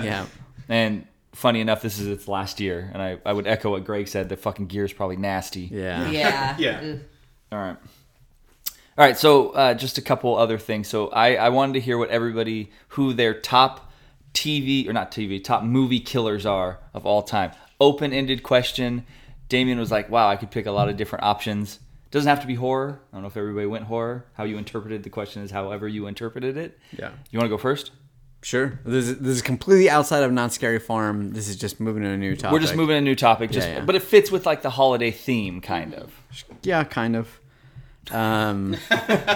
Speaker 4: yeah.
Speaker 1: And funny enough, this is its last year, and I, I would echo what Greg said. The fucking gear is probably nasty.
Speaker 4: Yeah.
Speaker 2: Yeah.
Speaker 3: Yeah.
Speaker 2: Ugh.
Speaker 1: All right. All right. So uh, just a couple other things. So I, I wanted to hear what everybody who their top TV or not TV top movie killers are of all time. Open ended question. Damien was like, "Wow, I could pick a lot of different options. Doesn't have to be horror. I don't know if everybody went horror. How you interpreted the question is however you interpreted it.
Speaker 4: Yeah.
Speaker 1: You want to go first?
Speaker 4: Sure. This is, this is completely outside of Not Scary Farm. This is just moving to a new topic.
Speaker 1: We're just moving to a new topic. Just,
Speaker 4: Yeah, yeah.
Speaker 1: but it fits with like the holiday theme, kind of.
Speaker 4: Yeah, kind of. Um,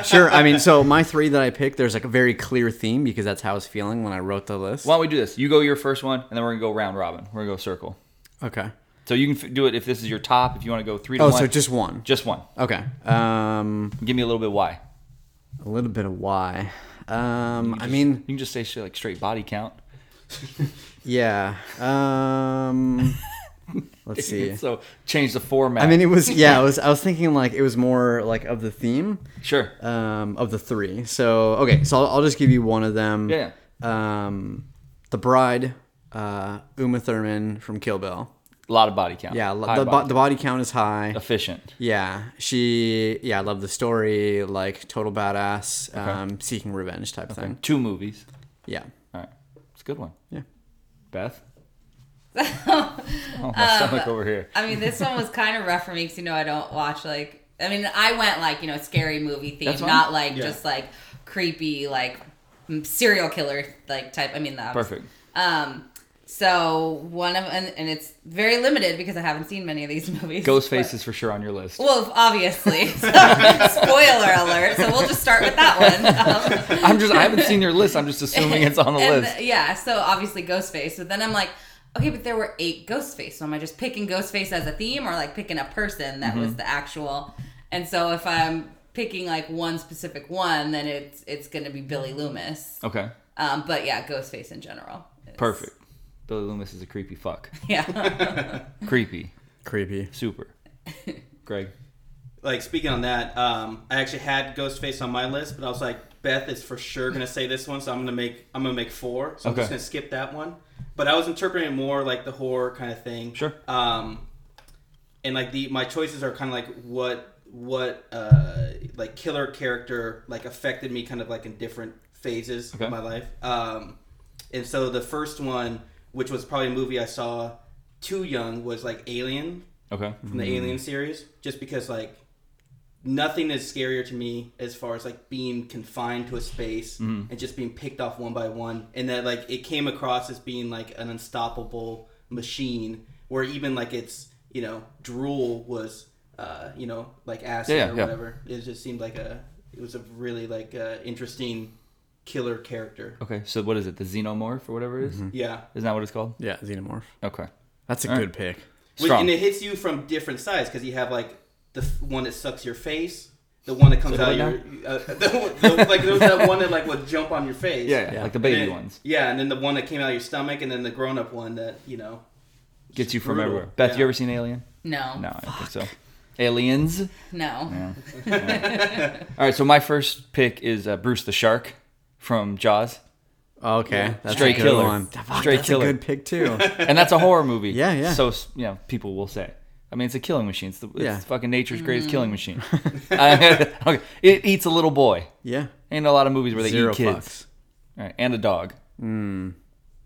Speaker 4: sure. I mean, so my three that I picked, there's like a very clear theme because that's how I was feeling when I wrote the list.
Speaker 1: Why don't we do this? You go your first one, and then we're gonna go round robin. We're gonna go circle.
Speaker 4: okay.
Speaker 1: So you can f- do it if this is your top. If you want to go three to
Speaker 4: Oh,
Speaker 1: one.
Speaker 4: so just one.
Speaker 1: Just one.
Speaker 4: Okay. Um,
Speaker 1: Give me a little bit why.
Speaker 4: a little bit of why. Um, I mean,
Speaker 1: You can just say shit like straight body count.
Speaker 4: yeah. Um, let's see.
Speaker 1: So change the format.
Speaker 4: I mean, it was yeah. I was I was thinking like it was more like of the theme
Speaker 1: sure.
Speaker 4: um, of the three. So okay, so I'll, I'll just give you one of them.
Speaker 1: Yeah.
Speaker 4: Um, the bride, uh, Uma Thurman from Kill Bill.
Speaker 1: A lot of body count.
Speaker 4: Yeah, lo-
Speaker 1: High
Speaker 4: the,
Speaker 1: body
Speaker 4: body. the body count is high.
Speaker 1: count. efficient.
Speaker 4: Yeah, she. Yeah, I love the story. Like total badass, um, seeking revenge type thing.
Speaker 1: Two movies.
Speaker 4: Yeah.
Speaker 1: All right. It's a good one.
Speaker 4: Yeah.
Speaker 1: Beth. oh, my
Speaker 2: Uh,
Speaker 3: Um,
Speaker 1: stomach over here.
Speaker 2: I mean, this one was kind of rough for me because you know I don't watch like. I mean, I went like you know scary movie theme,
Speaker 1: That's fine.
Speaker 2: not like
Speaker 3: Yeah.
Speaker 2: just like creepy like m- serial killer like type. I mean, that was-
Speaker 1: Perfect.
Speaker 2: Um, so one of and, and it's very limited because I haven't seen many of these movies.
Speaker 1: Ghostface is for sure on your list.
Speaker 2: But- well, obviously. So, spoiler alert. So we'll just start with that one. Um,
Speaker 1: I'm just. I haven't seen your list. I'm just assuming it's on the
Speaker 2: and
Speaker 1: list.
Speaker 2: th- yeah, so obviously Ghostface. But then I'm like, okay, but there were eight Ghostface. So am I just picking Ghostface as a theme or like picking a person that
Speaker 1: Mm-hmm.
Speaker 2: was the actual? And so if I'm picking like one specific one, then it's it's going to be Billy Loomis.
Speaker 1: Okay.
Speaker 2: Um, but yeah, Ghostface in general. is-
Speaker 1: Perfect. Billy Loomis is a creepy fuck.
Speaker 2: Yeah.
Speaker 1: creepy.
Speaker 4: Creepy.
Speaker 1: Super. Greg.
Speaker 3: like speaking on that, um, I actually had Ghostface on my list, but I was like, Beth is for sure gonna say this one, so I'm gonna make I'm gonna make four. So I'm
Speaker 1: Okay.
Speaker 3: just gonna skip that one. But I was interpreting it more like the horror kind of thing.
Speaker 1: Sure.
Speaker 3: Um, and like the my choices are kind of like what what uh like killer character like affected me kind of like in different phases
Speaker 1: Okay.
Speaker 3: of my life. Um, and so the first one, which was probably a movie I saw too young, was like Alien
Speaker 1: Okay.
Speaker 3: from the Alien series, just because like nothing is scarier to me as far as like being confined to a space
Speaker 1: Mm-hmm.
Speaker 3: and just being picked off one by one, and that like it came across as being like an unstoppable machine, where even like its you know drool was uh, you know like acid
Speaker 1: Yeah, yeah,
Speaker 3: or
Speaker 1: yeah.
Speaker 3: whatever. It just seemed like a it was a really like uh, interesting killer character.
Speaker 1: Okay. So what is it? The xenomorph or whatever it is?
Speaker 4: Mm-hmm.
Speaker 3: Yeah,
Speaker 1: Isn't that what it's called?
Speaker 4: Yeah, Xenomorph.
Speaker 1: Okay.
Speaker 4: That's a
Speaker 1: All right.
Speaker 4: good pick.
Speaker 3: Which,
Speaker 1: Strong.
Speaker 3: and it hits you from different sides because you have like the f- one that sucks your face, the one that comes
Speaker 1: Say
Speaker 3: out
Speaker 1: what
Speaker 3: your uh, the, one- the, like there was that one that like would jump on your face.
Speaker 1: Yeah,
Speaker 4: Yeah.
Speaker 1: like the
Speaker 3: And
Speaker 1: baby
Speaker 3: then-
Speaker 1: ones.
Speaker 3: Yeah, and then the one that came out of your stomach, and then the grown up one that you know.
Speaker 1: Gets you from
Speaker 3: brutal.
Speaker 1: everywhere. Beth,
Speaker 3: Yeah.
Speaker 1: you ever seen Alien?
Speaker 2: no.
Speaker 1: No, I don't think so. Aliens.
Speaker 2: No.
Speaker 1: All right, so my first pick is uh, Bruce the Shark from Jaws,
Speaker 4: Oh, Okay, that's
Speaker 1: Straight
Speaker 4: a good
Speaker 1: killer.
Speaker 4: one. Fuck,
Speaker 1: Straight
Speaker 4: that's
Speaker 1: killer.
Speaker 4: a good pick too.
Speaker 1: and that's a horror movie.
Speaker 4: Yeah, yeah.
Speaker 1: So you know, people will say. I mean, it's a killing machine. It's, the, it's
Speaker 4: Yeah.
Speaker 1: fucking nature's
Speaker 3: Mm.
Speaker 1: greatest killing machine. okay. It eats a little boy.
Speaker 4: yeah,
Speaker 1: Ain't a lot of movies where they
Speaker 4: zero Hmm.
Speaker 1: eat kids.
Speaker 4: fucks.
Speaker 1: All right, and a dog. So
Speaker 4: Or
Speaker 1: Bruce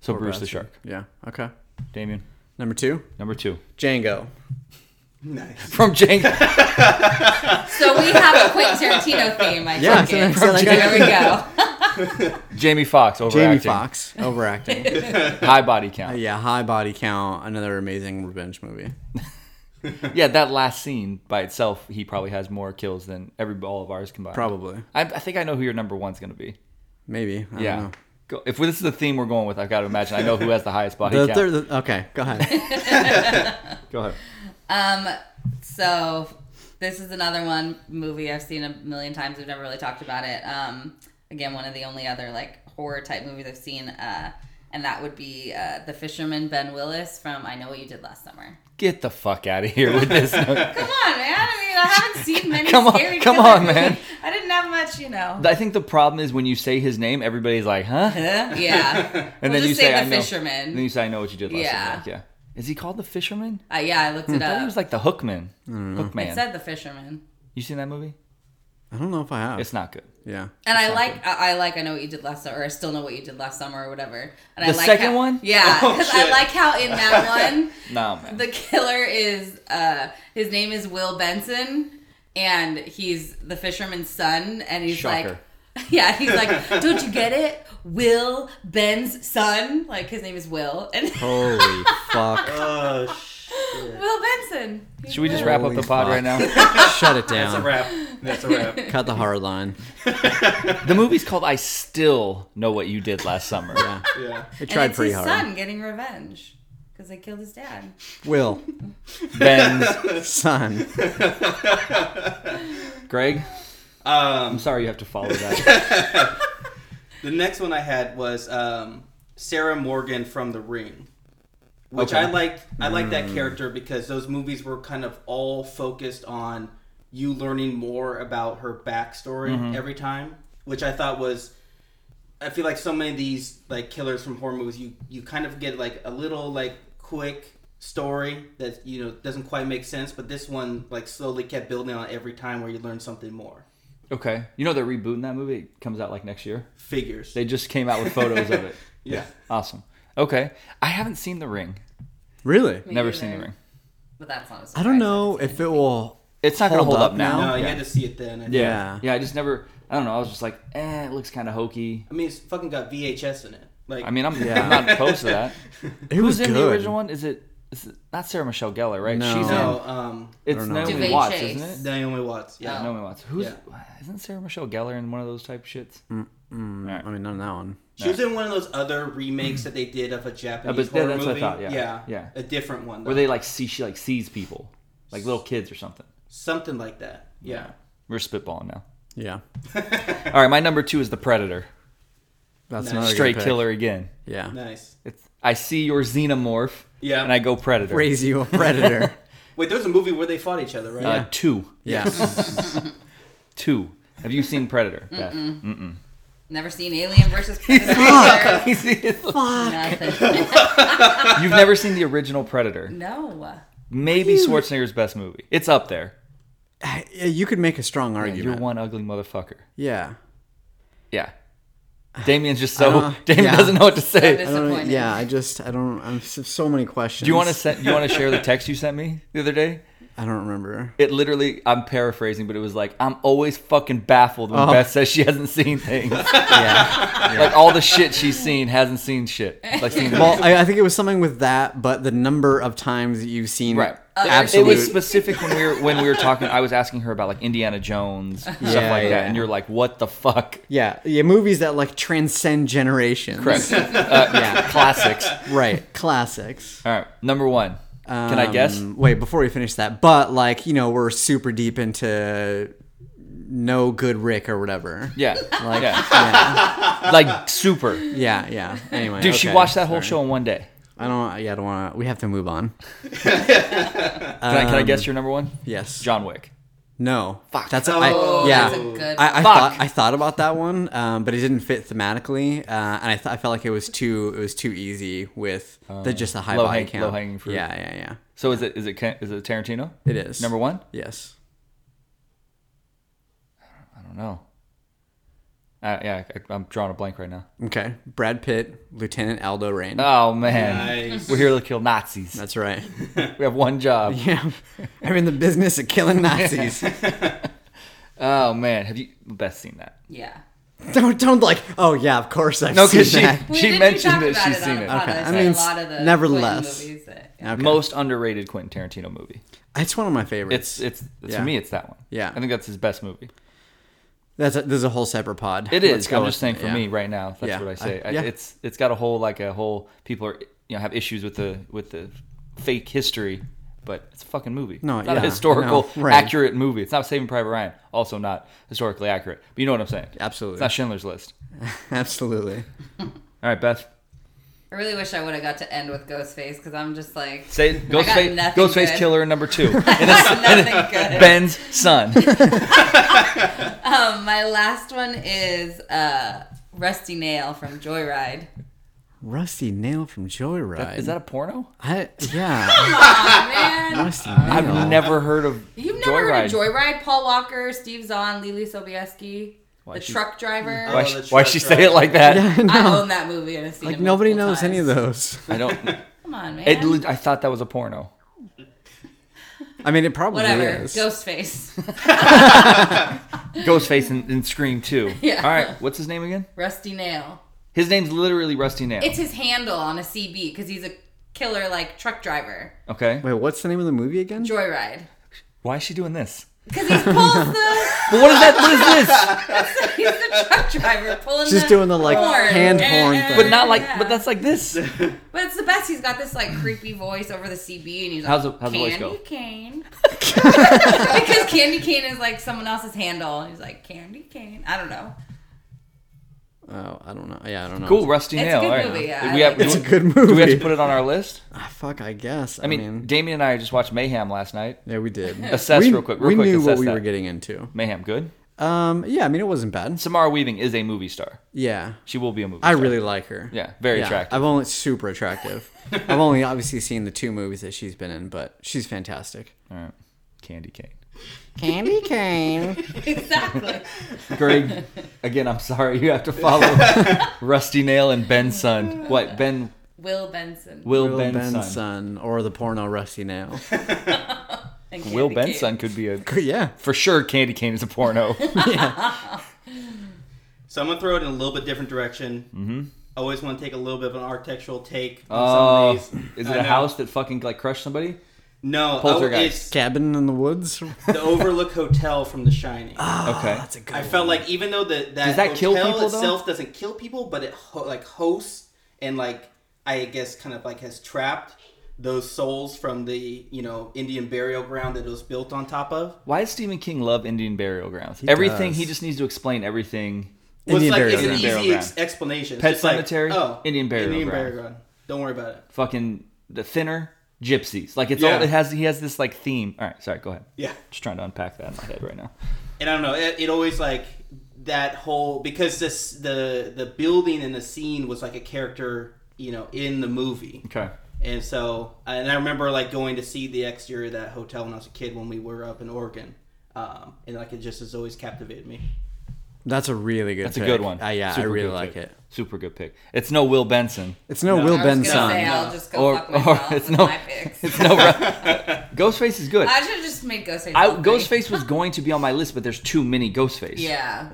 Speaker 1: the
Speaker 4: Brad's-
Speaker 1: Shark.
Speaker 4: Yeah. Okay.
Speaker 1: Damien,
Speaker 4: Number two,
Speaker 1: number two.
Speaker 4: Django.
Speaker 3: Nice.
Speaker 1: From Django.
Speaker 2: So we have a Quentin Tarantino theme. I
Speaker 4: Yeah,
Speaker 2: yeah,
Speaker 4: so
Speaker 2: it.
Speaker 4: that's what I
Speaker 2: there we go.
Speaker 1: Jamie Foxx overacting.
Speaker 4: Jamie Foxx overacting. Uh,
Speaker 1: High body count.
Speaker 4: yeah, High Body Count, another amazing revenge movie.
Speaker 1: Yeah, that last scene by itself, he probably has more kills than every all of ours combined.
Speaker 4: Probably,
Speaker 1: I, I think I know who your number one's going to be.
Speaker 4: maybe. I
Speaker 1: Yeah.
Speaker 4: Don't know.
Speaker 1: Go, if this is the theme we're going with, I've got to imagine I know who has the highest body
Speaker 4: The
Speaker 1: count.
Speaker 4: third, the- okay, go ahead.
Speaker 1: Go ahead.
Speaker 2: Um, so this is another one movie I've seen a million times. I've never really talked about it. Um, again, one of the only other like horror type movies I've seen. Uh, and that would be uh, The Fisherman Ben Willis from I Know What You Did Last Summer.
Speaker 1: Get the fuck out of here with this.
Speaker 2: Come on, man. I mean, I haven't seen many
Speaker 1: Come on-
Speaker 2: scary
Speaker 1: come
Speaker 2: killer
Speaker 1: on,
Speaker 2: movies.
Speaker 1: man.
Speaker 2: I didn't have much, you know.
Speaker 1: I think the problem is when you say his name, everybody's like, huh? And
Speaker 2: yeah. And
Speaker 1: then
Speaker 2: just
Speaker 1: you
Speaker 2: say,
Speaker 1: say, I
Speaker 2: The
Speaker 1: know.
Speaker 2: Fisherman.
Speaker 1: And then you say, I know what you did last
Speaker 2: Yeah.
Speaker 1: yeah. Like, yeah. Is he called the Fisherman?
Speaker 2: Uh, yeah, I looked it
Speaker 1: I thought
Speaker 2: up.
Speaker 1: he Hmm, was like the Hookman. Hookman.
Speaker 2: it said The Fisherman.
Speaker 1: you seen that movie?
Speaker 4: I don't know if I have.
Speaker 1: It's not good.
Speaker 4: yeah.
Speaker 2: And I like I, I like I know what you did last summer, or I still know what you did last summer, or whatever. And I
Speaker 1: The
Speaker 2: like
Speaker 1: second
Speaker 2: how-
Speaker 1: one?
Speaker 2: yeah,
Speaker 3: Oh,
Speaker 2: because I
Speaker 3: shit.
Speaker 2: like how in that one
Speaker 1: No, man.
Speaker 2: the killer is uh his name is Will Benson, and he's the fisherman's son, and he's
Speaker 1: Shocker.
Speaker 2: like, yeah, he's like, don't you get it? Will Ben's son, like his name is Will, and
Speaker 1: Oh.
Speaker 4: Holy fuck!
Speaker 3: Oh shit.
Speaker 2: Will Benson. He's
Speaker 1: Should we just
Speaker 2: Will.
Speaker 1: wrap up the
Speaker 4: Holy
Speaker 1: pod right
Speaker 4: fuck.
Speaker 1: now?
Speaker 4: Shut it
Speaker 3: That's a
Speaker 4: down.
Speaker 3: wrap. That's a wrap.
Speaker 4: Cut the hard line.
Speaker 1: the movie's called I Still Know What You Did Last Summer.
Speaker 4: Yeah.
Speaker 3: Yeah.
Speaker 4: It
Speaker 2: And
Speaker 4: tried
Speaker 2: it's
Speaker 4: pretty
Speaker 2: his
Speaker 4: hard.
Speaker 2: son getting revenge because they killed his dad.
Speaker 4: Will,
Speaker 1: Ben's
Speaker 4: son.
Speaker 1: Greg,
Speaker 3: Um,
Speaker 1: I'm sorry you have to follow that.
Speaker 3: The next one I had was um, Sarah Morgan from The Ring, which
Speaker 1: Okay. Mm.
Speaker 3: I liked. I liked that character because those movies were kind of all focused on you learning more about her backstory
Speaker 1: Mm-hmm.
Speaker 3: every time, which I thought was. I feel like so many of these like killers from horror movies, you you kind of get like a little like quick story that you know doesn't quite make sense, but this one like slowly kept building on it every time where you learn something more.
Speaker 1: okay. You know they're rebooting that movie? It comes out like next year.
Speaker 3: Figures.
Speaker 1: They just came out with photos of it.
Speaker 3: yeah.
Speaker 1: Awesome. Okay. I haven't seen The Ring.
Speaker 4: Really?
Speaker 2: Me
Speaker 1: Never
Speaker 2: neither.
Speaker 1: seen The Ring.
Speaker 2: But that's not. a
Speaker 4: I don't
Speaker 2: surprise.
Speaker 4: know if it will.
Speaker 1: It's not going to
Speaker 4: Hold
Speaker 1: hold
Speaker 4: up
Speaker 1: up, now.
Speaker 4: now?
Speaker 3: No, you
Speaker 1: yeah.
Speaker 3: had to see it then. I think.
Speaker 1: yeah.
Speaker 4: Yeah.
Speaker 1: Yeah, I just never, I don't know. I was just like, eh, it looks kind of hokey.
Speaker 3: I mean, it's fucking got VHS in it. Like,
Speaker 1: I mean, I'm,
Speaker 4: Yeah.
Speaker 1: I'm not opposed to that.
Speaker 4: It
Speaker 1: Who's
Speaker 4: was
Speaker 1: in the
Speaker 4: good.
Speaker 1: original one? Is it, is it not Sarah Michelle Gellar, right?
Speaker 4: No.
Speaker 1: She's in.
Speaker 3: no, um,
Speaker 1: It's
Speaker 4: know.
Speaker 1: Naomi
Speaker 2: Devay
Speaker 1: Watts,
Speaker 2: Chase.
Speaker 1: isn't it?
Speaker 3: Naomi Watts.
Speaker 2: No.
Speaker 3: Oh. Yeah,
Speaker 1: Naomi Watts. Who's isn't Sarah Michelle Gellar in one of those type shits?
Speaker 4: Mm,
Speaker 1: Alright.
Speaker 4: I mean, not in that one.
Speaker 3: she was in one of those other remakes that they did of a
Speaker 1: Uh,
Speaker 3: Japanese
Speaker 1: but yeah,
Speaker 3: horror
Speaker 1: that's
Speaker 3: movie.
Speaker 1: what I thought. Yeah.
Speaker 3: yeah,
Speaker 1: Yeah.
Speaker 3: a different one.
Speaker 1: Where
Speaker 3: though.
Speaker 1: they like see she like sees people, like little kids or something.
Speaker 3: something like that. Yeah,
Speaker 1: We're spitballing now.
Speaker 4: Yeah.
Speaker 1: All right, my number two is the Predator,
Speaker 4: That's
Speaker 3: Nice.
Speaker 4: another good
Speaker 1: straight
Speaker 4: pick.
Speaker 1: killer again.
Speaker 4: Yeah.
Speaker 3: nice.
Speaker 1: It's I see your xenomorph,
Speaker 3: Yeah.
Speaker 1: and I go Predator.
Speaker 4: Raise you a predator.
Speaker 3: Wait, there was a movie where they fought each other, right?
Speaker 1: Uh, Two,
Speaker 4: yeah.
Speaker 1: two. Have you seen Predator? Beth?
Speaker 2: Never seen Alien versus Predator. Nothing.
Speaker 1: You've never seen the original Predator.
Speaker 2: no.
Speaker 1: Maybe Schwarzenegger's best movie. It's up there.
Speaker 4: I- yeah, you could make a strong argument.
Speaker 1: You're one ugly motherfucker.
Speaker 4: Yeah.
Speaker 1: Yeah. Damien's just so
Speaker 4: Uh,
Speaker 1: Damien
Speaker 4: yeah.
Speaker 1: doesn't know what to
Speaker 2: I'm
Speaker 1: say.
Speaker 4: I don't-
Speaker 2: disappointed.
Speaker 4: yeah, I just I don't. I'm s- so many questions.
Speaker 1: Do you want to send, do you want to share the text you sent me the other day?
Speaker 4: I don't remember.
Speaker 1: It literally, I'm paraphrasing, but it was like, I'm always fucking baffled when
Speaker 4: Oh.
Speaker 1: Beth says she hasn't seen things.
Speaker 4: Yeah.
Speaker 1: Like all the shit she's seen hasn't seen shit. Like seen
Speaker 4: well, I, I think it was something with that, but the number of times that you've seen
Speaker 1: Right. Uh, It
Speaker 4: absolute.
Speaker 1: was specific when we were when we were talking. I was asking her about like Indiana Jones stuff like
Speaker 4: Yeah,
Speaker 1: that,
Speaker 4: yeah.
Speaker 1: and you're like, "What the fuck?"
Speaker 4: yeah, yeah, movies that like transcend generations.
Speaker 1: Correct. Uh, yeah, classics.
Speaker 4: Right. Classics.
Speaker 1: All right, number one. Can I guess?
Speaker 4: Um, Wait, before we finish that, but like you know, we're super deep into no good Rick or whatever.
Speaker 1: Yeah,
Speaker 4: Like,
Speaker 1: yeah.
Speaker 4: yeah,
Speaker 1: like super. Dude,
Speaker 4: yeah, yeah. Anyway,
Speaker 1: she
Speaker 4: okay,
Speaker 1: watched that whole
Speaker 4: sorry.
Speaker 1: show in one day.
Speaker 4: I don't. Yeah, I don't want to. We have to move on.
Speaker 1: Can, I, can
Speaker 4: Um,
Speaker 1: I guess your number one?
Speaker 4: Yes.
Speaker 1: John Wick.
Speaker 4: No.
Speaker 1: Fuck.
Speaker 4: That's a, I-
Speaker 2: Oh,
Speaker 4: yeah.
Speaker 2: that's a good-
Speaker 4: I,
Speaker 1: Fuck.
Speaker 4: I thought I thought about that one, um, but it didn't fit thematically, uh, and I, thought I felt like it was too it was too easy with the just the high
Speaker 1: low
Speaker 4: body
Speaker 1: hang-
Speaker 4: count.
Speaker 1: Uh, low-hanging fruit.
Speaker 4: Yeah, yeah, yeah.
Speaker 1: So is it is it Ken- is it Tarantino?
Speaker 4: It is
Speaker 1: Number one?
Speaker 4: Yes.
Speaker 1: I don't know. Uh, yeah, I, I'm drawing a blank right now.
Speaker 4: Okay. Brad Pitt, Lieutenant Aldo Rain.
Speaker 1: Oh man,
Speaker 3: Nice.
Speaker 1: we're here to kill Nazis.
Speaker 4: That's right.
Speaker 1: We have one job.
Speaker 4: Yeah. I'm in the business of killing Nazis.
Speaker 1: Oh man, have you Beth seen that?
Speaker 2: Yeah.
Speaker 4: don't don't like. Oh yeah, of course I've
Speaker 1: No,
Speaker 4: seen
Speaker 1: because she
Speaker 4: that.
Speaker 2: We
Speaker 1: she
Speaker 2: did- we
Speaker 1: mentioned
Speaker 2: talked
Speaker 1: that
Speaker 2: about
Speaker 1: she's
Speaker 2: it on
Speaker 1: seen
Speaker 2: a
Speaker 1: it.
Speaker 2: pod,
Speaker 4: Okay,
Speaker 2: I
Speaker 4: I
Speaker 2: mean,
Speaker 4: mean,
Speaker 2: a lot of the
Speaker 4: nevertheless.
Speaker 2: Clinton movies that- yeah.
Speaker 4: Okay.
Speaker 1: Most underrated Quentin Tarantino movie.
Speaker 4: It's one of my favorites.
Speaker 1: It's it's
Speaker 4: Yeah.
Speaker 1: to me it's that one.
Speaker 4: Yeah.
Speaker 1: I think that's his best movie.
Speaker 4: That's a, there's a whole separate pod.
Speaker 1: It
Speaker 4: Let's
Speaker 1: is.
Speaker 4: go
Speaker 1: I'm
Speaker 4: with-
Speaker 1: just saying for
Speaker 4: yeah.
Speaker 1: me right now, that's
Speaker 4: Yeah,
Speaker 1: what I say.
Speaker 4: I-
Speaker 1: I,
Speaker 4: yeah.
Speaker 1: It's it's got a whole like a whole people are you know have issues with the with the fake history, but it's a fucking movie.
Speaker 4: No,
Speaker 1: it's not
Speaker 4: yeah,
Speaker 1: a historical
Speaker 4: no, right.
Speaker 1: accurate movie. It's not Saving Private Ryan, also not historically accurate. But you know what I'm saying?
Speaker 4: Absolutely.
Speaker 1: It's not Schindler's List.
Speaker 4: Absolutely.
Speaker 1: All right, Beth.
Speaker 2: I really wish I would have got to end with Ghostface because I'm just like
Speaker 1: Say
Speaker 2: I got
Speaker 1: Ghostface,
Speaker 2: nothing
Speaker 1: Ghostface
Speaker 2: good.
Speaker 1: Killer number two.
Speaker 2: nothing good.
Speaker 1: Ben's son.
Speaker 2: Um, my last one is uh, Rusty Nail from Joyride.
Speaker 4: Rusty Nail from Joyride.
Speaker 1: Is that a porno?
Speaker 4: I, yeah.
Speaker 2: Aw, man.
Speaker 4: Rusty Nail.
Speaker 1: I've never heard of
Speaker 2: You've never
Speaker 1: Joyride.
Speaker 2: heard of Joyride? Paul Walker, Steve Zahn, Lily Sobieski,
Speaker 1: Why
Speaker 2: the
Speaker 1: she-
Speaker 2: truck driver.
Speaker 1: Why
Speaker 3: Oh,
Speaker 1: she,
Speaker 3: that's
Speaker 1: why
Speaker 3: right,
Speaker 1: she
Speaker 3: that's
Speaker 1: say it
Speaker 3: right.
Speaker 1: like that?
Speaker 2: I
Speaker 4: Yeah, no.
Speaker 2: own that movie and I've seen
Speaker 4: Like
Speaker 2: it
Speaker 4: nobody
Speaker 2: multiple
Speaker 4: knows any of
Speaker 2: times.
Speaker 4: those.
Speaker 1: I don't.
Speaker 2: Come on, man.
Speaker 1: It, lit- I thought that was a porno.
Speaker 4: I mean, it probably
Speaker 2: Whatever.
Speaker 4: is.
Speaker 2: Ghostface.
Speaker 1: Ghostface in, in Scream 2.
Speaker 2: Yeah.
Speaker 1: All right, what's his name again?
Speaker 2: Rusty Nail.
Speaker 1: His name's literally Rusty Nail.
Speaker 2: It's his handle on a CB because he's a killer like truck driver.
Speaker 1: okay.
Speaker 4: Wait, what's the name of the movie again?
Speaker 2: Joyride.
Speaker 1: Why is she doing this?
Speaker 2: Because he pulls the
Speaker 1: But what is that? What is this?
Speaker 2: he's the truck driver pulling
Speaker 4: She's
Speaker 2: the
Speaker 4: doing the, like,
Speaker 2: horn.
Speaker 4: hand horn thing.
Speaker 1: But not like.
Speaker 2: Yeah.
Speaker 1: But that's like this.
Speaker 2: But it's the best. He's got this like creepy voice over the CB, and he's
Speaker 1: How's
Speaker 2: like,
Speaker 1: the- how's the voice
Speaker 2: "Candy
Speaker 1: go?"
Speaker 2: cane," because candy cane is like someone else's handle. He's like, "Candy cane." I don't know.
Speaker 4: Oh, I don't know. Yeah, I don't know.
Speaker 1: Cool, Rusty
Speaker 2: It's a
Speaker 1: Nail.
Speaker 2: good
Speaker 1: All right.
Speaker 2: movie, yeah,
Speaker 1: Do
Speaker 2: I
Speaker 1: we have,
Speaker 2: like
Speaker 1: do
Speaker 4: It's a
Speaker 1: we-
Speaker 4: good
Speaker 1: Do we have
Speaker 4: movie.
Speaker 1: to put it on our list?
Speaker 4: Ah, fuck, I guess.
Speaker 1: I mean, Damien and I just watched Mayhem last night.
Speaker 4: yeah, we did.
Speaker 1: Assess
Speaker 4: we,
Speaker 1: real quick, real
Speaker 4: we
Speaker 1: quick,
Speaker 4: knew what
Speaker 1: assess
Speaker 4: we
Speaker 1: that.
Speaker 4: were getting into.
Speaker 1: Mayhem, good.
Speaker 4: Um, yeah, I mean, it wasn't bad.
Speaker 1: Samara Weaving is a movie star.
Speaker 4: Yeah,
Speaker 1: She will be a movie
Speaker 4: I
Speaker 1: star.
Speaker 4: really like her.
Speaker 1: Yeah, very attractive.
Speaker 4: I've only super attractive. I've only obviously seen the two movies that she's been in, but she's fantastic.
Speaker 1: All right. Candy cane.
Speaker 4: Candy cane.
Speaker 2: Exactly.
Speaker 1: Greg, again, I'm sorry. You have to follow Rusty Nail and Ben's son. What? Ben.
Speaker 2: Will Benson.
Speaker 1: Will,
Speaker 4: Will
Speaker 1: Ben's,
Speaker 4: Benson,
Speaker 1: son.
Speaker 4: or the porno Rusty Nail.
Speaker 2: and
Speaker 1: Will
Speaker 2: Candy
Speaker 1: Ben's
Speaker 2: cane.
Speaker 1: son could be a
Speaker 4: yeah.
Speaker 1: for sure candy cane is a porno
Speaker 3: So I'm gonna throw it in a little bit different direction. Mm-hmm. I always want to take a little bit of an architectural take
Speaker 1: oh
Speaker 3: on some of these.
Speaker 1: is
Speaker 3: I
Speaker 1: it a
Speaker 3: know.
Speaker 1: house that fucking like crushed somebody
Speaker 3: No, oh,
Speaker 1: Poltergeist.
Speaker 3: it's
Speaker 4: Cabin in the woods.
Speaker 3: the Overlook Hotel from The Shining.
Speaker 1: Ah, okay
Speaker 4: Ah, That's a good.
Speaker 3: I
Speaker 4: one.
Speaker 3: felt like even though the that,
Speaker 1: Does that kill
Speaker 3: hotel
Speaker 1: people, though?
Speaker 3: itself doesn't kill people, but it ho- like hosts and like I guess kind of like has trapped those souls from the you know Indian burial ground that it was built on top of.
Speaker 1: why does stephen king love indian burial grounds everything
Speaker 4: does.
Speaker 1: he just needs to explain everything
Speaker 3: Well, it's
Speaker 4: Indian
Speaker 3: like
Speaker 4: burial
Speaker 3: it's an
Speaker 1: ground. Indian
Speaker 3: easy
Speaker 1: burial
Speaker 3: ex-
Speaker 1: ground.
Speaker 3: explanation. It's
Speaker 1: Pet
Speaker 3: just like,
Speaker 1: cemetery,
Speaker 3: oh,
Speaker 1: Indian burial
Speaker 3: Indian
Speaker 1: ground.
Speaker 3: burial ground. Don't worry about it.
Speaker 1: fucking the thinner gypsies like it's
Speaker 3: Yeah.
Speaker 1: all it has he has this like theme all right sorry go ahead
Speaker 3: Yeah.
Speaker 1: just trying to unpack that in my head right now
Speaker 3: and I don't know. It, it always like that whole because this the the building and the scene was like a character you know in the movie,
Speaker 1: okay
Speaker 3: and so and I remember like going to see the exterior of that hotel when I was a kid when we were up in Oregon, um, and like it just has always captivated me.
Speaker 4: that's a really good.
Speaker 1: that's a good
Speaker 4: pick.
Speaker 1: one
Speaker 4: Uh, yeah, I
Speaker 1: Super
Speaker 4: really
Speaker 1: good
Speaker 4: like
Speaker 1: pick.
Speaker 4: it.
Speaker 1: super good pick it's no will benson
Speaker 4: It's no,
Speaker 3: No,
Speaker 4: Will
Speaker 2: I was gonna
Speaker 4: Benson.
Speaker 2: say uh,
Speaker 3: No.
Speaker 2: I'll just go
Speaker 1: Or-
Speaker 2: fuck
Speaker 1: or
Speaker 2: myself
Speaker 1: it's
Speaker 2: with
Speaker 1: no-
Speaker 2: my picks.
Speaker 1: it's no ghostface is good
Speaker 2: I should have just made Ghostface.
Speaker 1: I,
Speaker 2: all three.
Speaker 1: Ghostface was going to be on my list, but there's too many Ghostface.
Speaker 2: Yeah.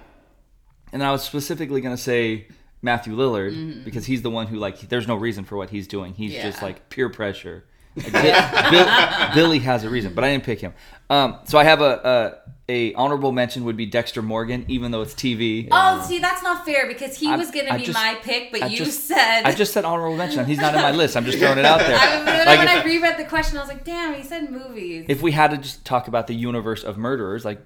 Speaker 1: And I was specifically going to say Matthew Lillard because he's the one who like there's no reason for what he's doing. He's just
Speaker 2: Mm-hmm. Yeah.
Speaker 1: like peer pressure. Like, Bi- Bill- Billy has a reason, but I didn't pick him. Um, so I have a, a a honorable mention would be Dexter Morgan, even though it's TV.
Speaker 2: Oh, see, that's not fair because he was gonna
Speaker 1: I
Speaker 2: be
Speaker 1: just-
Speaker 2: my pick, but
Speaker 1: I
Speaker 2: you
Speaker 1: just-
Speaker 2: said
Speaker 1: I just said honorable mention. He's not in my list. I'm just throwing it out there.
Speaker 2: I, when
Speaker 1: Like,
Speaker 2: I
Speaker 1: if-
Speaker 2: reread the question, I was like, "Damn, he said movies."
Speaker 1: if we had to just talk about the universe of murderers, like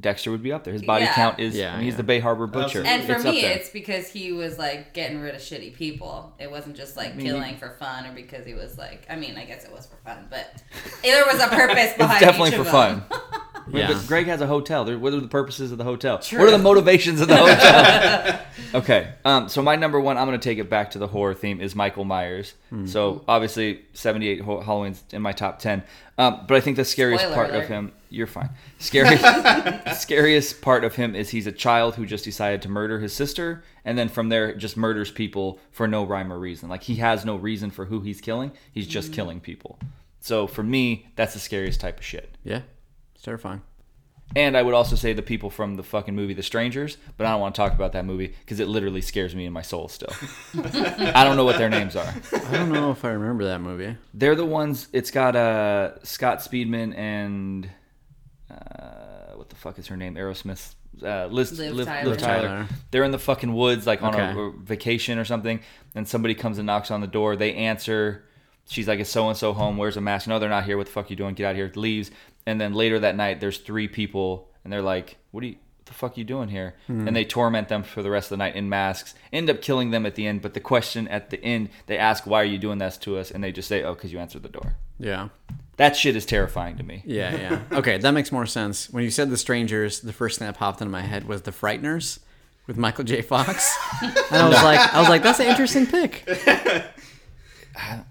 Speaker 1: Dexter would be up there. His body
Speaker 2: Yeah.
Speaker 1: count is
Speaker 4: Yeah,
Speaker 1: I mean, he's
Speaker 4: yeah.
Speaker 1: the Bay Harbor butcher.
Speaker 3: Absolutely.
Speaker 2: And for
Speaker 1: it's up
Speaker 2: me,
Speaker 1: there.
Speaker 2: it's because he was like getting rid of shitty people. It wasn't just like
Speaker 1: mean,
Speaker 2: killing for fun, or because he was like. I mean, I guess it was for fun, but there was a purpose behind.
Speaker 1: it's definitely
Speaker 2: each
Speaker 1: for
Speaker 2: of
Speaker 1: fun.
Speaker 2: them.
Speaker 1: I mean,
Speaker 4: Yeah.
Speaker 1: But Greg has a hotel. There- What are the purposes of the hotel?
Speaker 2: True.
Speaker 1: What are the motivations of the hotel? okay. Um, so my number one, I'm going to take it back to the horror theme, is Michael Myers. So obviously, 78 Ho- Halloween's in my top 10. Um, but I think the scariest
Speaker 2: Spoiler
Speaker 1: part of
Speaker 2: alert.
Speaker 1: him. You're fine. Scary, scariest part of him is he's a child who just decided to murder his sister, and then from there just murders people for no rhyme or reason. Like he has no reason for who he's killing. He's just
Speaker 2: Mm-hmm.
Speaker 1: killing people. So for me, that's the scariest type of shit.
Speaker 4: Yeah, it's terrifying.
Speaker 1: And I would also say the people from the fucking movie The Strangers, but I don't want to talk about that movie because it literally scares me in my soul still. I don't know what their names are.
Speaker 4: I don't know if I remember that movie.
Speaker 1: They're the ones. It's got uh, Scott Speedman and uh, what the fuck is her name? Aerosmith. Uh, Liz,
Speaker 2: Liv
Speaker 1: Liv,
Speaker 2: Tyler.
Speaker 1: Liv Tyler.
Speaker 4: Tyler.
Speaker 1: They're in the fucking woods, like on a,
Speaker 4: Okay.
Speaker 1: vacation or something. And somebody comes and knocks on the door. They answer. She's like, "Is so and so home? Where's a mask? No, they're not here. What the fuck you doing? Get out of here!" Leaves. And then later that night, there's three people, and they're like, "What do you?" What the fuck you doing here?
Speaker 4: Hmm.
Speaker 1: And they torment them for the rest of the night in masks. End up killing them at the end, but the question at the end, they ask, "Why are you doing this to us?" And they just say, "Oh, because you answered the door."
Speaker 4: Yeah.
Speaker 1: That shit is terrifying to me.
Speaker 4: Yeah, yeah. Okay, that makes more sense. When you said The Strangers, the first thing that popped into my head was The Frighteners with Michael J. Fox. And I was like, I was like, that's an interesting pick.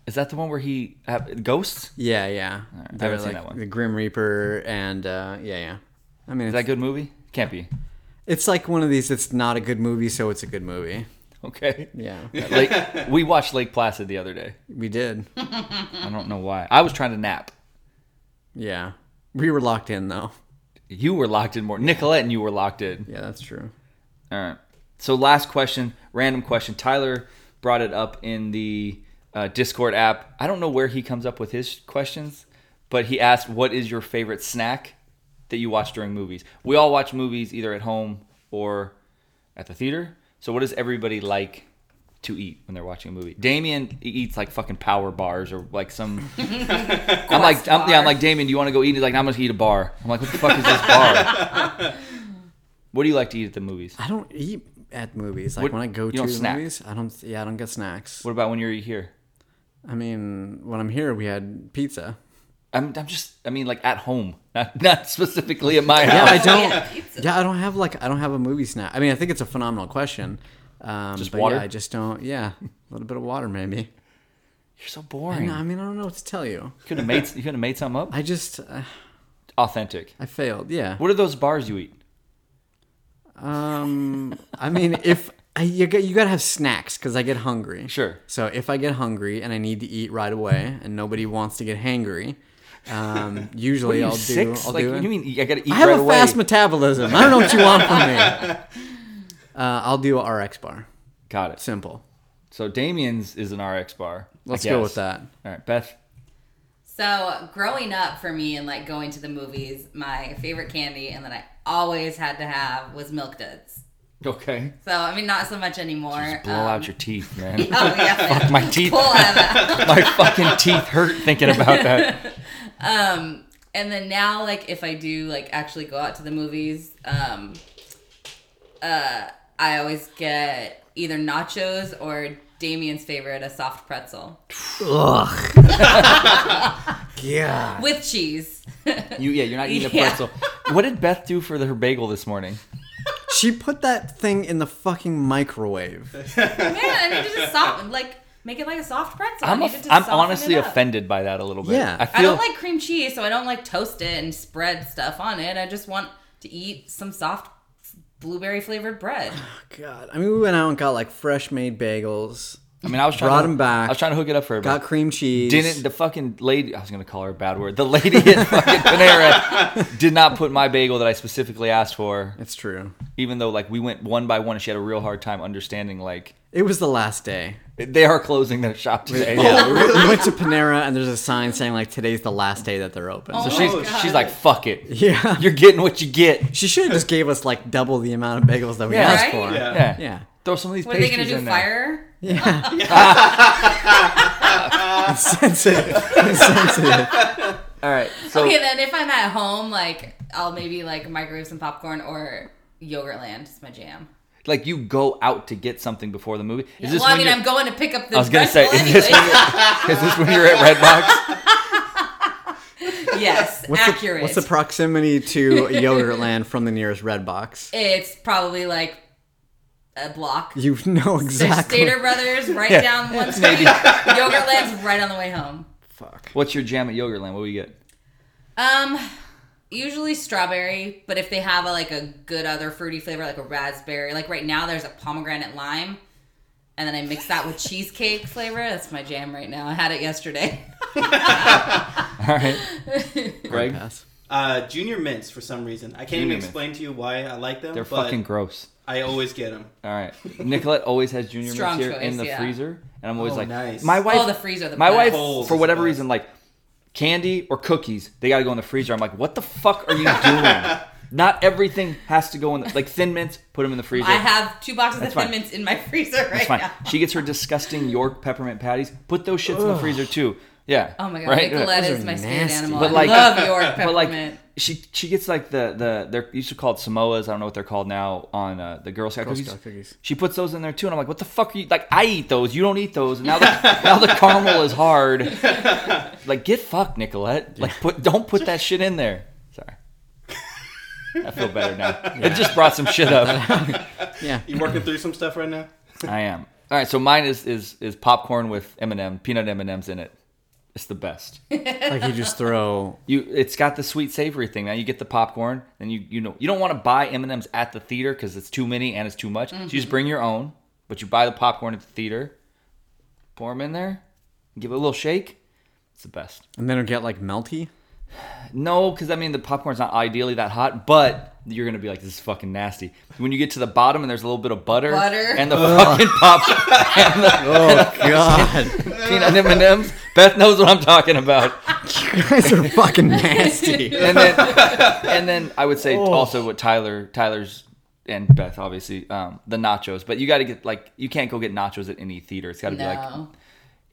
Speaker 1: Is that the one where he uh, ghosts?
Speaker 4: Yeah, yeah.
Speaker 1: haven't
Speaker 4: They're
Speaker 1: seen
Speaker 4: like
Speaker 1: that one.
Speaker 4: The Grim Reaper and uh, yeah, yeah. I mean,
Speaker 1: Is
Speaker 4: it's,
Speaker 1: that a good movie? Can't be.
Speaker 4: it's like one of these. It's not a good movie, so it's a good movie.
Speaker 1: Okay.
Speaker 4: Yeah,
Speaker 1: Lake, we watched Lake Placid the other day.
Speaker 4: we did.
Speaker 1: I don't know why. I was trying to nap.
Speaker 4: Yeah, we were locked in though.
Speaker 1: You were locked in more. Nicolette and you were locked in.
Speaker 4: Yeah, that's true.
Speaker 1: All right. So last question, random question. Tyler brought it up in the uh, Discord app. I don't know where he comes up with his questions, but he asked, "What is your favorite snack that you watch during movies?" We all watch movies either at home or at the theater. So what does everybody like to eat when they're watching a movie? Damien e-, eats like fucking power bars or like some. I'm like, I'm, yeah, I'm like Damien. Do you want to go eat? He's like, I'm gonna eat a bar. I'm like, what the fuck is this bar? what do you like to eat at the movies?
Speaker 4: I don't eat at movies. Like
Speaker 1: What-
Speaker 4: when I go
Speaker 1: you
Speaker 4: to
Speaker 1: don't snack?
Speaker 4: movies, I don't. Yeah, I don't get snacks.
Speaker 1: What about when you're here?
Speaker 4: I mean, when I'm here, we had pizza.
Speaker 1: I'm, I'm just, I mean, like at home, not, not specifically at my
Speaker 4: Yeah,
Speaker 1: house.
Speaker 4: I
Speaker 2: Yeah,
Speaker 4: don't.
Speaker 2: pizza.
Speaker 4: Yeah, I don't have like I don't have a movie snack. I mean, I think it's a phenomenal question. Um,
Speaker 1: Just
Speaker 4: but yeah,
Speaker 1: water?
Speaker 4: I just don't. Yeah, a little bit of water maybe.
Speaker 1: You're so
Speaker 4: I
Speaker 1: boring.
Speaker 4: know, I mean, I don't know what to tell you.
Speaker 1: You could have made, you could have made something up.
Speaker 4: I just uh,
Speaker 1: Authentic.
Speaker 4: I failed. Yeah.
Speaker 1: What are those bars you eat?
Speaker 4: Um, I mean, if I, you got, you gotta have snacks because I get hungry.
Speaker 1: Sure.
Speaker 4: So if I get hungry and I need to eat right away, and nobody wants to get hangry, um,
Speaker 1: What are
Speaker 4: usually
Speaker 1: you,
Speaker 4: I'll
Speaker 1: six?
Speaker 4: do. I'll
Speaker 1: like,
Speaker 4: do
Speaker 1: what
Speaker 4: it.
Speaker 1: do you mean? I gotta eat
Speaker 4: I have
Speaker 1: right
Speaker 4: a
Speaker 1: away.
Speaker 4: fast metabolism. I don't know what you want from me. Uh, I'll do a RX bar.
Speaker 1: Got it.
Speaker 4: Simple.
Speaker 1: So Damien's is an RX bar. I
Speaker 4: Let's go with
Speaker 1: guess.
Speaker 4: that.
Speaker 1: All right, Beth.
Speaker 2: So growing up for me and like going to the movies, my favorite candy and that I always had to have was milk duds.
Speaker 1: Okay.
Speaker 2: So I mean, not so much anymore.
Speaker 1: Just blow
Speaker 2: Um,
Speaker 1: out your teeth, man.
Speaker 2: Oh yeah,
Speaker 1: My teeth,
Speaker 2: pull out of that.
Speaker 1: my fucking teeth hurt thinking about that.
Speaker 2: Um, and then now, like if I do like actually go out to the movies, um, uh, I always get either nachos or Damien's favorite, a soft pretzel
Speaker 4: Ugh. yeah.
Speaker 2: with cheese.
Speaker 1: You, yeah, you're not eating
Speaker 2: Yeah.
Speaker 1: a pretzel. What did Beth do for the, her bagel this morning?
Speaker 4: She put that thing in the fucking microwave.
Speaker 2: Man, I need to just soft like make it like a soft pretzel. I
Speaker 1: I'm,
Speaker 2: need
Speaker 1: a,
Speaker 2: it to
Speaker 1: I'm
Speaker 2: soften
Speaker 1: honestly
Speaker 2: it up.
Speaker 1: offended by that a little bit.
Speaker 4: Yeah.
Speaker 1: I
Speaker 2: I
Speaker 1: feel
Speaker 2: don't like cream cheese, so I don't like toast it and spread stuff on it. I just want to eat some soft blueberry flavored bread.
Speaker 4: God. I mean, we went out and got like fresh made bagels,
Speaker 1: I mean, I was trying
Speaker 4: Brought
Speaker 1: to,
Speaker 4: him back.
Speaker 1: I was trying to hook it up for her.
Speaker 4: got
Speaker 1: but
Speaker 4: cream cheese.
Speaker 1: didn't the fucking lady? I was gonna call her a bad word. The lady at fucking Panera did not put my bagel that I specifically asked for.
Speaker 4: It's true.
Speaker 1: Even though like we went one by one, and she had a real hard time understanding. Like
Speaker 4: It was the last day.
Speaker 1: they are closing their shop today.
Speaker 4: Yeah, Oh, we went- we went to Panera and there's a sign saying like today's the last day that they're open.
Speaker 1: So
Speaker 2: Oh.
Speaker 1: she's
Speaker 3: God.
Speaker 1: she's like, fuck it.
Speaker 4: yeah,
Speaker 1: You're getting what you get.
Speaker 4: she should have just gave us like double the amount of bagels that we
Speaker 1: Yeah.
Speaker 4: asked
Speaker 2: Right?
Speaker 4: for.
Speaker 3: Yeah.
Speaker 1: Yeah.
Speaker 4: yeah,
Speaker 1: Throw some of these
Speaker 2: What are they
Speaker 1: pastries
Speaker 2: gonna do?
Speaker 1: in there.
Speaker 2: Fire?
Speaker 4: yeah. insensitive, insensitive.
Speaker 1: All right. So
Speaker 2: okay, then if I'm at home, like I'll maybe like microwave some popcorn or Yogurtland. It's my jam.
Speaker 1: like you go out to get something before the movie. Is this
Speaker 2: Well, I
Speaker 1: when
Speaker 2: mean,
Speaker 1: you're-
Speaker 2: I'm going to pick up the
Speaker 1: I was gonna say,
Speaker 2: pretzel
Speaker 1: is this, when
Speaker 2: anyway.
Speaker 1: you're, is this when you're at Redbox?
Speaker 2: yes,
Speaker 4: What's the-
Speaker 2: accurate.
Speaker 4: what's the proximity to Yogurtland from the nearest Red Box?
Speaker 2: it's probably like a block.
Speaker 4: You know
Speaker 2: There's
Speaker 4: exactly.
Speaker 2: Stater Brothers right
Speaker 1: Yeah.
Speaker 2: down one street. Yogurtland's right on the way home.
Speaker 4: Fuck.
Speaker 1: What's your jam at Yogurtland? What do you get?
Speaker 2: Um, usually strawberry, but if they have a, like a good other fruity flavor, like a raspberry, like right now there's a pomegranate lime, and then I mix that with cheesecake flavor. That's my jam right now. I had it yesterday.
Speaker 1: All right, Greg,
Speaker 4: Pass.
Speaker 3: Uh, junior mints for some reason. I can't
Speaker 1: Junior
Speaker 3: even
Speaker 1: Mints.
Speaker 3: explain to you why I like them.
Speaker 1: they're
Speaker 3: but
Speaker 1: fucking gross.
Speaker 3: I always get them.
Speaker 1: All right, Nicolette always has junior mints
Speaker 2: Strong
Speaker 1: here
Speaker 2: choice,
Speaker 1: in the
Speaker 2: yeah.
Speaker 1: freezer, and I'm always
Speaker 3: Oh,
Speaker 1: like,
Speaker 3: nice.
Speaker 1: my wife.
Speaker 2: oh, the freezer. The
Speaker 1: my
Speaker 2: best.
Speaker 1: wife,
Speaker 3: Coles
Speaker 1: for
Speaker 3: is
Speaker 1: whatever
Speaker 3: the best.
Speaker 1: reason, like candy or cookies, they gotta go in the freezer. I'm like, what the fuck are you doing? Not everything has to go in. The, like thin mints, put them in the freezer.
Speaker 2: I have two boxes
Speaker 1: That's
Speaker 2: of thin
Speaker 1: fine.
Speaker 2: mints in my freezer right
Speaker 1: That's fine.
Speaker 2: now.
Speaker 1: She gets her disgusting York peppermint patties. Put those shits in the freezer too. Yeah.
Speaker 2: Oh my god,
Speaker 1: Right?
Speaker 2: Nicolette
Speaker 4: Those
Speaker 2: is
Speaker 4: are
Speaker 2: my spirit
Speaker 4: nasty.
Speaker 2: animal.
Speaker 1: But
Speaker 2: I
Speaker 1: like-
Speaker 2: love York
Speaker 1: But
Speaker 2: peppermint.
Speaker 1: like she she gets like the the they're used to call it Samoas. I don't know what they're called now on uh, the Girl Scout
Speaker 4: Girl
Speaker 1: cookies.
Speaker 4: Scout cookies.
Speaker 1: She puts those in there too, and I'm like, what the fuck are you like? I eat those. You don't eat those. And now the now the caramel is hard. like get fucked, Nicolette. Like put don't put that shit in there. Sorry. I feel better now. It just brought some shit up.
Speaker 4: Yeah.
Speaker 3: You working through some stuff right now?
Speaker 1: I am. All right, so mine is is is popcorn with M&M, peanut M&Ms in it. It's the best.
Speaker 4: Like you just throw
Speaker 1: You it's got the sweet savory thing. Now you get the popcorn, then you you know you don't want to buy M&Ms at the theater cuz it's too many and it's too much. So you just bring your own, but you buy the popcorn at the theater. Pour them in there, give it a little shake. It's the best.
Speaker 4: and then it'll get like melty.
Speaker 1: No, cuz I mean the popcorn's not ideally that hot, but you're going to be like this is fucking nasty. When you get to the bottom and there's a little bit of butter,
Speaker 2: Butter.
Speaker 1: and the fucking pop
Speaker 4: Oh god.
Speaker 1: peanut M&Ms, Beth knows what I'm talking about.
Speaker 4: you guys are fucking nasty.
Speaker 1: and then and then I would say
Speaker 4: Oh.
Speaker 1: also what Tyler Tyler's and Beth obviously um, the nachos, but you got to get like you can't go get nachos at any theater. It's got to
Speaker 2: no.
Speaker 1: be like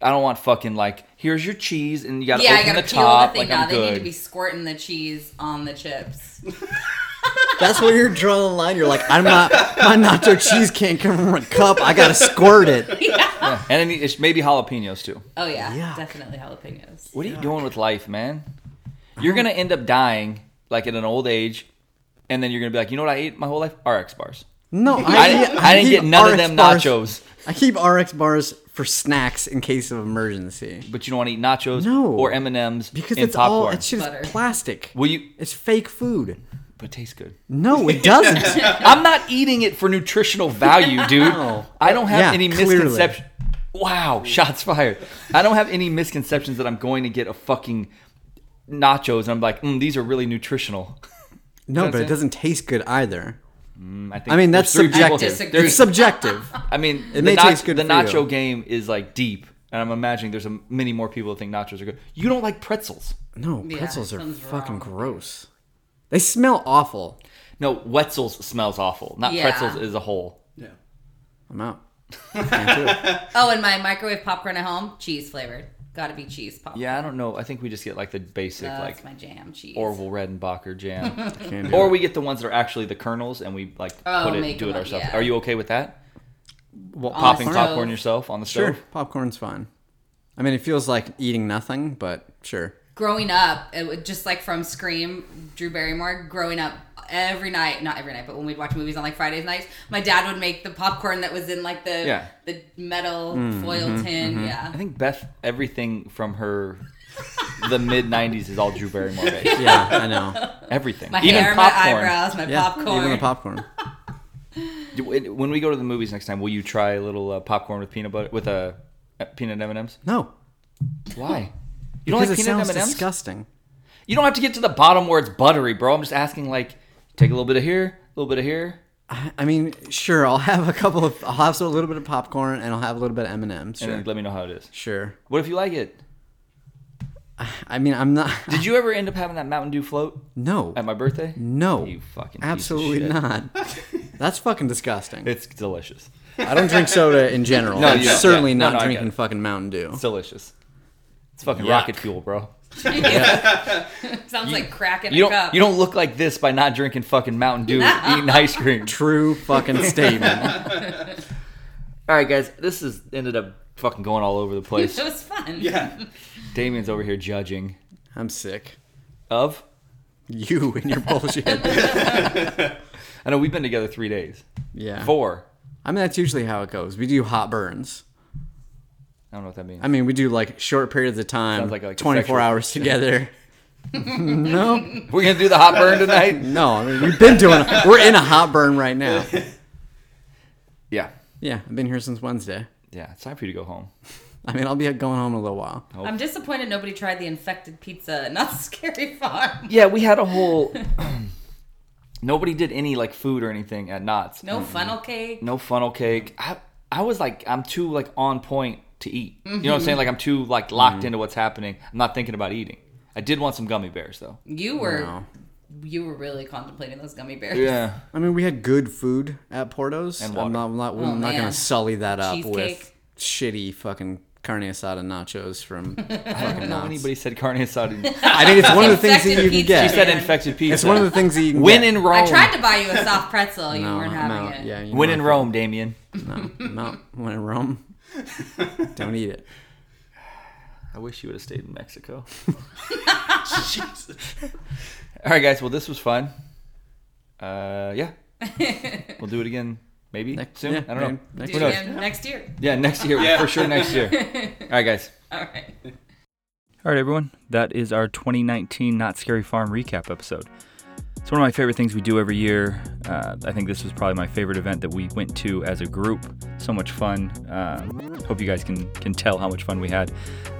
Speaker 1: I don't want fucking like here's your cheese and you got to
Speaker 2: yeah, I
Speaker 1: open
Speaker 2: gotta
Speaker 1: the
Speaker 2: peel
Speaker 1: top
Speaker 2: the thing
Speaker 1: like I'm
Speaker 2: now. They
Speaker 1: good.
Speaker 2: need to be squirting the cheese on the chips.
Speaker 4: That's where you're drawing the line. You're like, I'm not my nacho cheese can't come from a cup. I gotta squirt it.
Speaker 1: and then it's maybe jalapenos too.
Speaker 2: Oh yeah,
Speaker 4: Yuck.
Speaker 2: definitely jalapenos.
Speaker 1: What are you doing with life, man? You're gonna end up dying like at an old age, and then you're gonna be like, you know what I ate my whole life? RX bars.
Speaker 4: No, I,
Speaker 1: I, didn't- I didn't
Speaker 4: keep
Speaker 1: get none of
Speaker 4: RX
Speaker 1: them
Speaker 4: bars-
Speaker 1: nachos.
Speaker 4: I keep RX bars for snacks in case of emergency.
Speaker 1: But you don't want to eat nachos
Speaker 4: No.
Speaker 1: or M and M's
Speaker 4: Because
Speaker 1: in
Speaker 4: it's all
Speaker 1: popcorn.
Speaker 4: it's just
Speaker 2: Butter.
Speaker 4: plastic.
Speaker 1: Will you?
Speaker 4: It's fake food.
Speaker 1: But it tastes good.
Speaker 4: No, it doesn't.
Speaker 1: I'm not eating it for nutritional value, dude.
Speaker 4: No.
Speaker 1: I don't have
Speaker 4: Yeah,
Speaker 1: any
Speaker 4: clearly.
Speaker 1: misconceptions. Wow, shots fired. I don't have any misconceptions that I'm going to get a fucking nachos and I'm like, mm, these are really nutritional.
Speaker 4: No,
Speaker 1: That's
Speaker 4: but
Speaker 1: it.
Speaker 4: it doesn't taste good either.
Speaker 1: Mm, I, think
Speaker 4: I mean,
Speaker 1: there's
Speaker 4: that's
Speaker 1: three people
Speaker 4: subjective.
Speaker 1: here.
Speaker 2: disagree.
Speaker 4: It's subjective.
Speaker 1: I mean, the,
Speaker 4: may
Speaker 1: nach-
Speaker 4: taste good
Speaker 1: the
Speaker 4: for
Speaker 1: nacho
Speaker 4: you.
Speaker 1: game is like deep, and I'm imagining there's a, many more people that think nachos are good. You don't like pretzels.
Speaker 4: No,
Speaker 2: Yeah,
Speaker 4: pretzels are
Speaker 2: something's
Speaker 4: fucking
Speaker 2: wrong.
Speaker 4: gross. They smell awful.
Speaker 1: No, Wetzel's smells awful. Not
Speaker 2: Yeah.
Speaker 1: pretzels as a whole.
Speaker 3: Yeah.
Speaker 4: I'm out. Can't do it.
Speaker 2: Oh, and my microwave popcorn at home, cheese flavored. Got to be cheese popcorn.
Speaker 1: Yeah, I don't know. I think we just get like the basic,
Speaker 2: that's
Speaker 1: like
Speaker 2: my jam. Cheese.
Speaker 1: Orville Redenbacher jam.
Speaker 4: Can't do
Speaker 1: Or
Speaker 4: it.
Speaker 1: we get the ones that are actually the kernels and we like
Speaker 2: Oh,
Speaker 1: put it
Speaker 2: make
Speaker 1: do it
Speaker 2: them up,
Speaker 1: ourselves.
Speaker 2: yeah.
Speaker 1: Are you okay with that?
Speaker 4: Well,
Speaker 1: Popping
Speaker 2: stove.
Speaker 1: popcorn yourself on the stove?
Speaker 4: Sure, popcorn's fine. I mean, it feels like eating nothing, but sure.
Speaker 2: growing up, it would just like from Scream, Drew Barrymore, growing up every night, not every night, but when we'd watch movies on like Friday nights, my dad would make the popcorn that was in like the
Speaker 1: Yeah. Mm, mm-hmm,
Speaker 2: the metal foil tin. Yeah.
Speaker 1: I think Beth everything from her the mid nineties is all Drew Barrymore based.
Speaker 4: Yeah, I know.
Speaker 1: Everything.
Speaker 2: My
Speaker 1: Even
Speaker 2: hair,
Speaker 1: popcorn.
Speaker 2: my eyebrows, my
Speaker 4: Yeah,
Speaker 2: popcorn.
Speaker 4: even the popcorn.
Speaker 1: Do- When we go to the movies next time, will you try a little uh, popcorn with peanut butter with a uh, peanut M and M's?
Speaker 4: No,
Speaker 1: Why? You don't
Speaker 4: because
Speaker 1: like
Speaker 4: it
Speaker 1: peanut
Speaker 4: sounds
Speaker 1: M and M's?
Speaker 4: disgusting.
Speaker 1: You don't have to get to the bottom where it's buttery, bro. I'm just asking. Like, take a little bit of here, a little bit of here,
Speaker 4: I, I mean, sure, I'll have a couple of, I'll have some, a little bit of popcorn, and I'll have a little bit of M and M's.
Speaker 1: and
Speaker 4: Sure,
Speaker 1: then let me know how it is.
Speaker 4: sure.
Speaker 1: What if you like it?
Speaker 4: I mean, I'm not.
Speaker 1: Did you ever end up having that Mountain Dew float
Speaker 4: No,
Speaker 1: at my birthday?
Speaker 4: no,
Speaker 1: You fucking piece of
Speaker 4: absolutely
Speaker 1: shit.
Speaker 4: not. That's fucking disgusting.
Speaker 1: It's delicious.
Speaker 4: I don't drink soda in general.
Speaker 1: No,
Speaker 4: I'm
Speaker 1: you don't.
Speaker 4: certainly
Speaker 1: Yeah. No,
Speaker 4: not
Speaker 1: no, I get
Speaker 4: drinking
Speaker 1: it.
Speaker 4: fucking Mountain Dew.
Speaker 1: It's delicious. It's fucking
Speaker 4: Yuck.
Speaker 1: rocket fuel, bro.
Speaker 2: Sounds like crack in
Speaker 1: You
Speaker 2: a cup.
Speaker 1: don't you don't look like this by not drinking fucking Mountain Dew,
Speaker 2: No.
Speaker 1: eating ice cream.
Speaker 4: True fucking statement.
Speaker 1: All right, guys, this is ended up fucking going all over the place.
Speaker 2: it was fun.
Speaker 3: Yeah.
Speaker 1: Damien's over here judging
Speaker 4: I'm sick.
Speaker 1: of.
Speaker 4: You and your bullshit.
Speaker 1: I know we've been together three days,
Speaker 4: Yeah.
Speaker 1: four.
Speaker 4: I mean, that's usually how it goes. We do hot burns.
Speaker 1: I don't know what that means.
Speaker 4: I mean, we do like short periods of time,
Speaker 1: Sounds like- like a
Speaker 4: 24
Speaker 1: sexual-
Speaker 4: hours together, No,
Speaker 1: We're gonna do the hot burn tonight.
Speaker 4: no. I mean, we've been doing. We're in a hot burn right now.
Speaker 1: Yeah,
Speaker 4: Yeah, I've been here since Wednesday.
Speaker 1: yeah. It's time for you to go home.
Speaker 4: I mean, I'll be going home in a little while.
Speaker 2: I'm disappointed nobody tried the infected pizza, not the scary farm.
Speaker 1: Yeah, we had a whole. Nobody did any like food or anything at Knott's.
Speaker 2: No funnel cake.
Speaker 1: no funnel cake. I I was like I'm too like on point to eat. You know what I'm saying? Like I'm too like locked into what's happening. I'm not thinking about eating. I did want some gummy bears though.
Speaker 2: You were
Speaker 4: No.
Speaker 2: you were really contemplating those gummy bears.
Speaker 1: Yeah.
Speaker 4: I mean, we had good food at Porto's.
Speaker 1: And water.
Speaker 4: I'm not, I'm not, I'm not
Speaker 2: Oh, man.
Speaker 4: gonna sully that up with
Speaker 2: Cheesecake.
Speaker 4: shitty fucking carne asada nachos from
Speaker 1: I don't
Speaker 4: fucking
Speaker 1: know
Speaker 4: Knott's.
Speaker 1: anybody said carne asada.
Speaker 4: I think it's one of the things that
Speaker 2: Infected
Speaker 4: you can
Speaker 2: pizza.
Speaker 4: get.
Speaker 1: she said
Speaker 2: Man.
Speaker 1: infected pizza.
Speaker 4: It's one of the things that you can
Speaker 1: When
Speaker 4: get.
Speaker 1: in Rome.
Speaker 2: I tried to buy you a soft pretzel. You
Speaker 4: No,
Speaker 2: weren't
Speaker 4: I'm
Speaker 2: having
Speaker 4: out.
Speaker 2: it.
Speaker 4: Yeah, you
Speaker 1: When
Speaker 4: know
Speaker 1: in
Speaker 4: I-
Speaker 1: Rome, Damien.
Speaker 4: No, I'm out. When in Rome, don't eat it.
Speaker 1: I wish you would have stayed in Mexico.
Speaker 3: Jesus.
Speaker 1: All right, guys. Well, this was fun. Uh, yeah. we'll do it again. Maybe
Speaker 4: Next-
Speaker 1: soon.
Speaker 4: yeah,
Speaker 1: I don't know.
Speaker 4: maybe next
Speaker 2: Do
Speaker 1: Who
Speaker 2: it
Speaker 1: knows?
Speaker 2: again next year.
Speaker 1: Yeah, next year
Speaker 3: Yeah.
Speaker 1: for sure. Next year. All right, guys.
Speaker 2: All right.
Speaker 1: All right, everyone. That is our 2019 Not Scary Farm recap episode. It's one of my favorite things we do every year. Uh, I think this was probably my favorite event that we went to as a group. So much fun. Um hope you guys can can tell how much fun we had.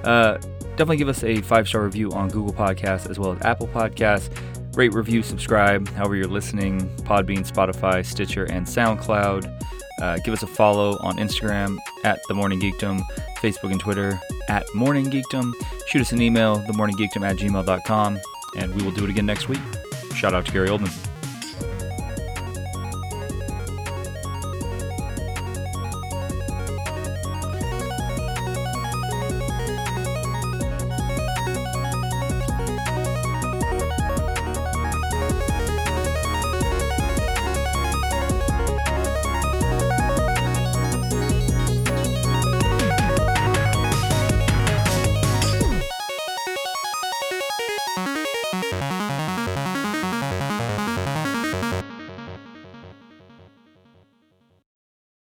Speaker 1: Uh, definitely give us a five star review on Google Podcasts as well as Apple Podcasts. Rate, review, subscribe. However you're listening, Podbean, Spotify, Stitcher, and SoundCloud. Uh, give us a follow on Instagram at The Morning Geekdom, Facebook and Twitter at Morning Geekdom. Shoot us an email, themorninggeekdom at gmail.com, and we will do it again next week. Shout out to Gary Oldman.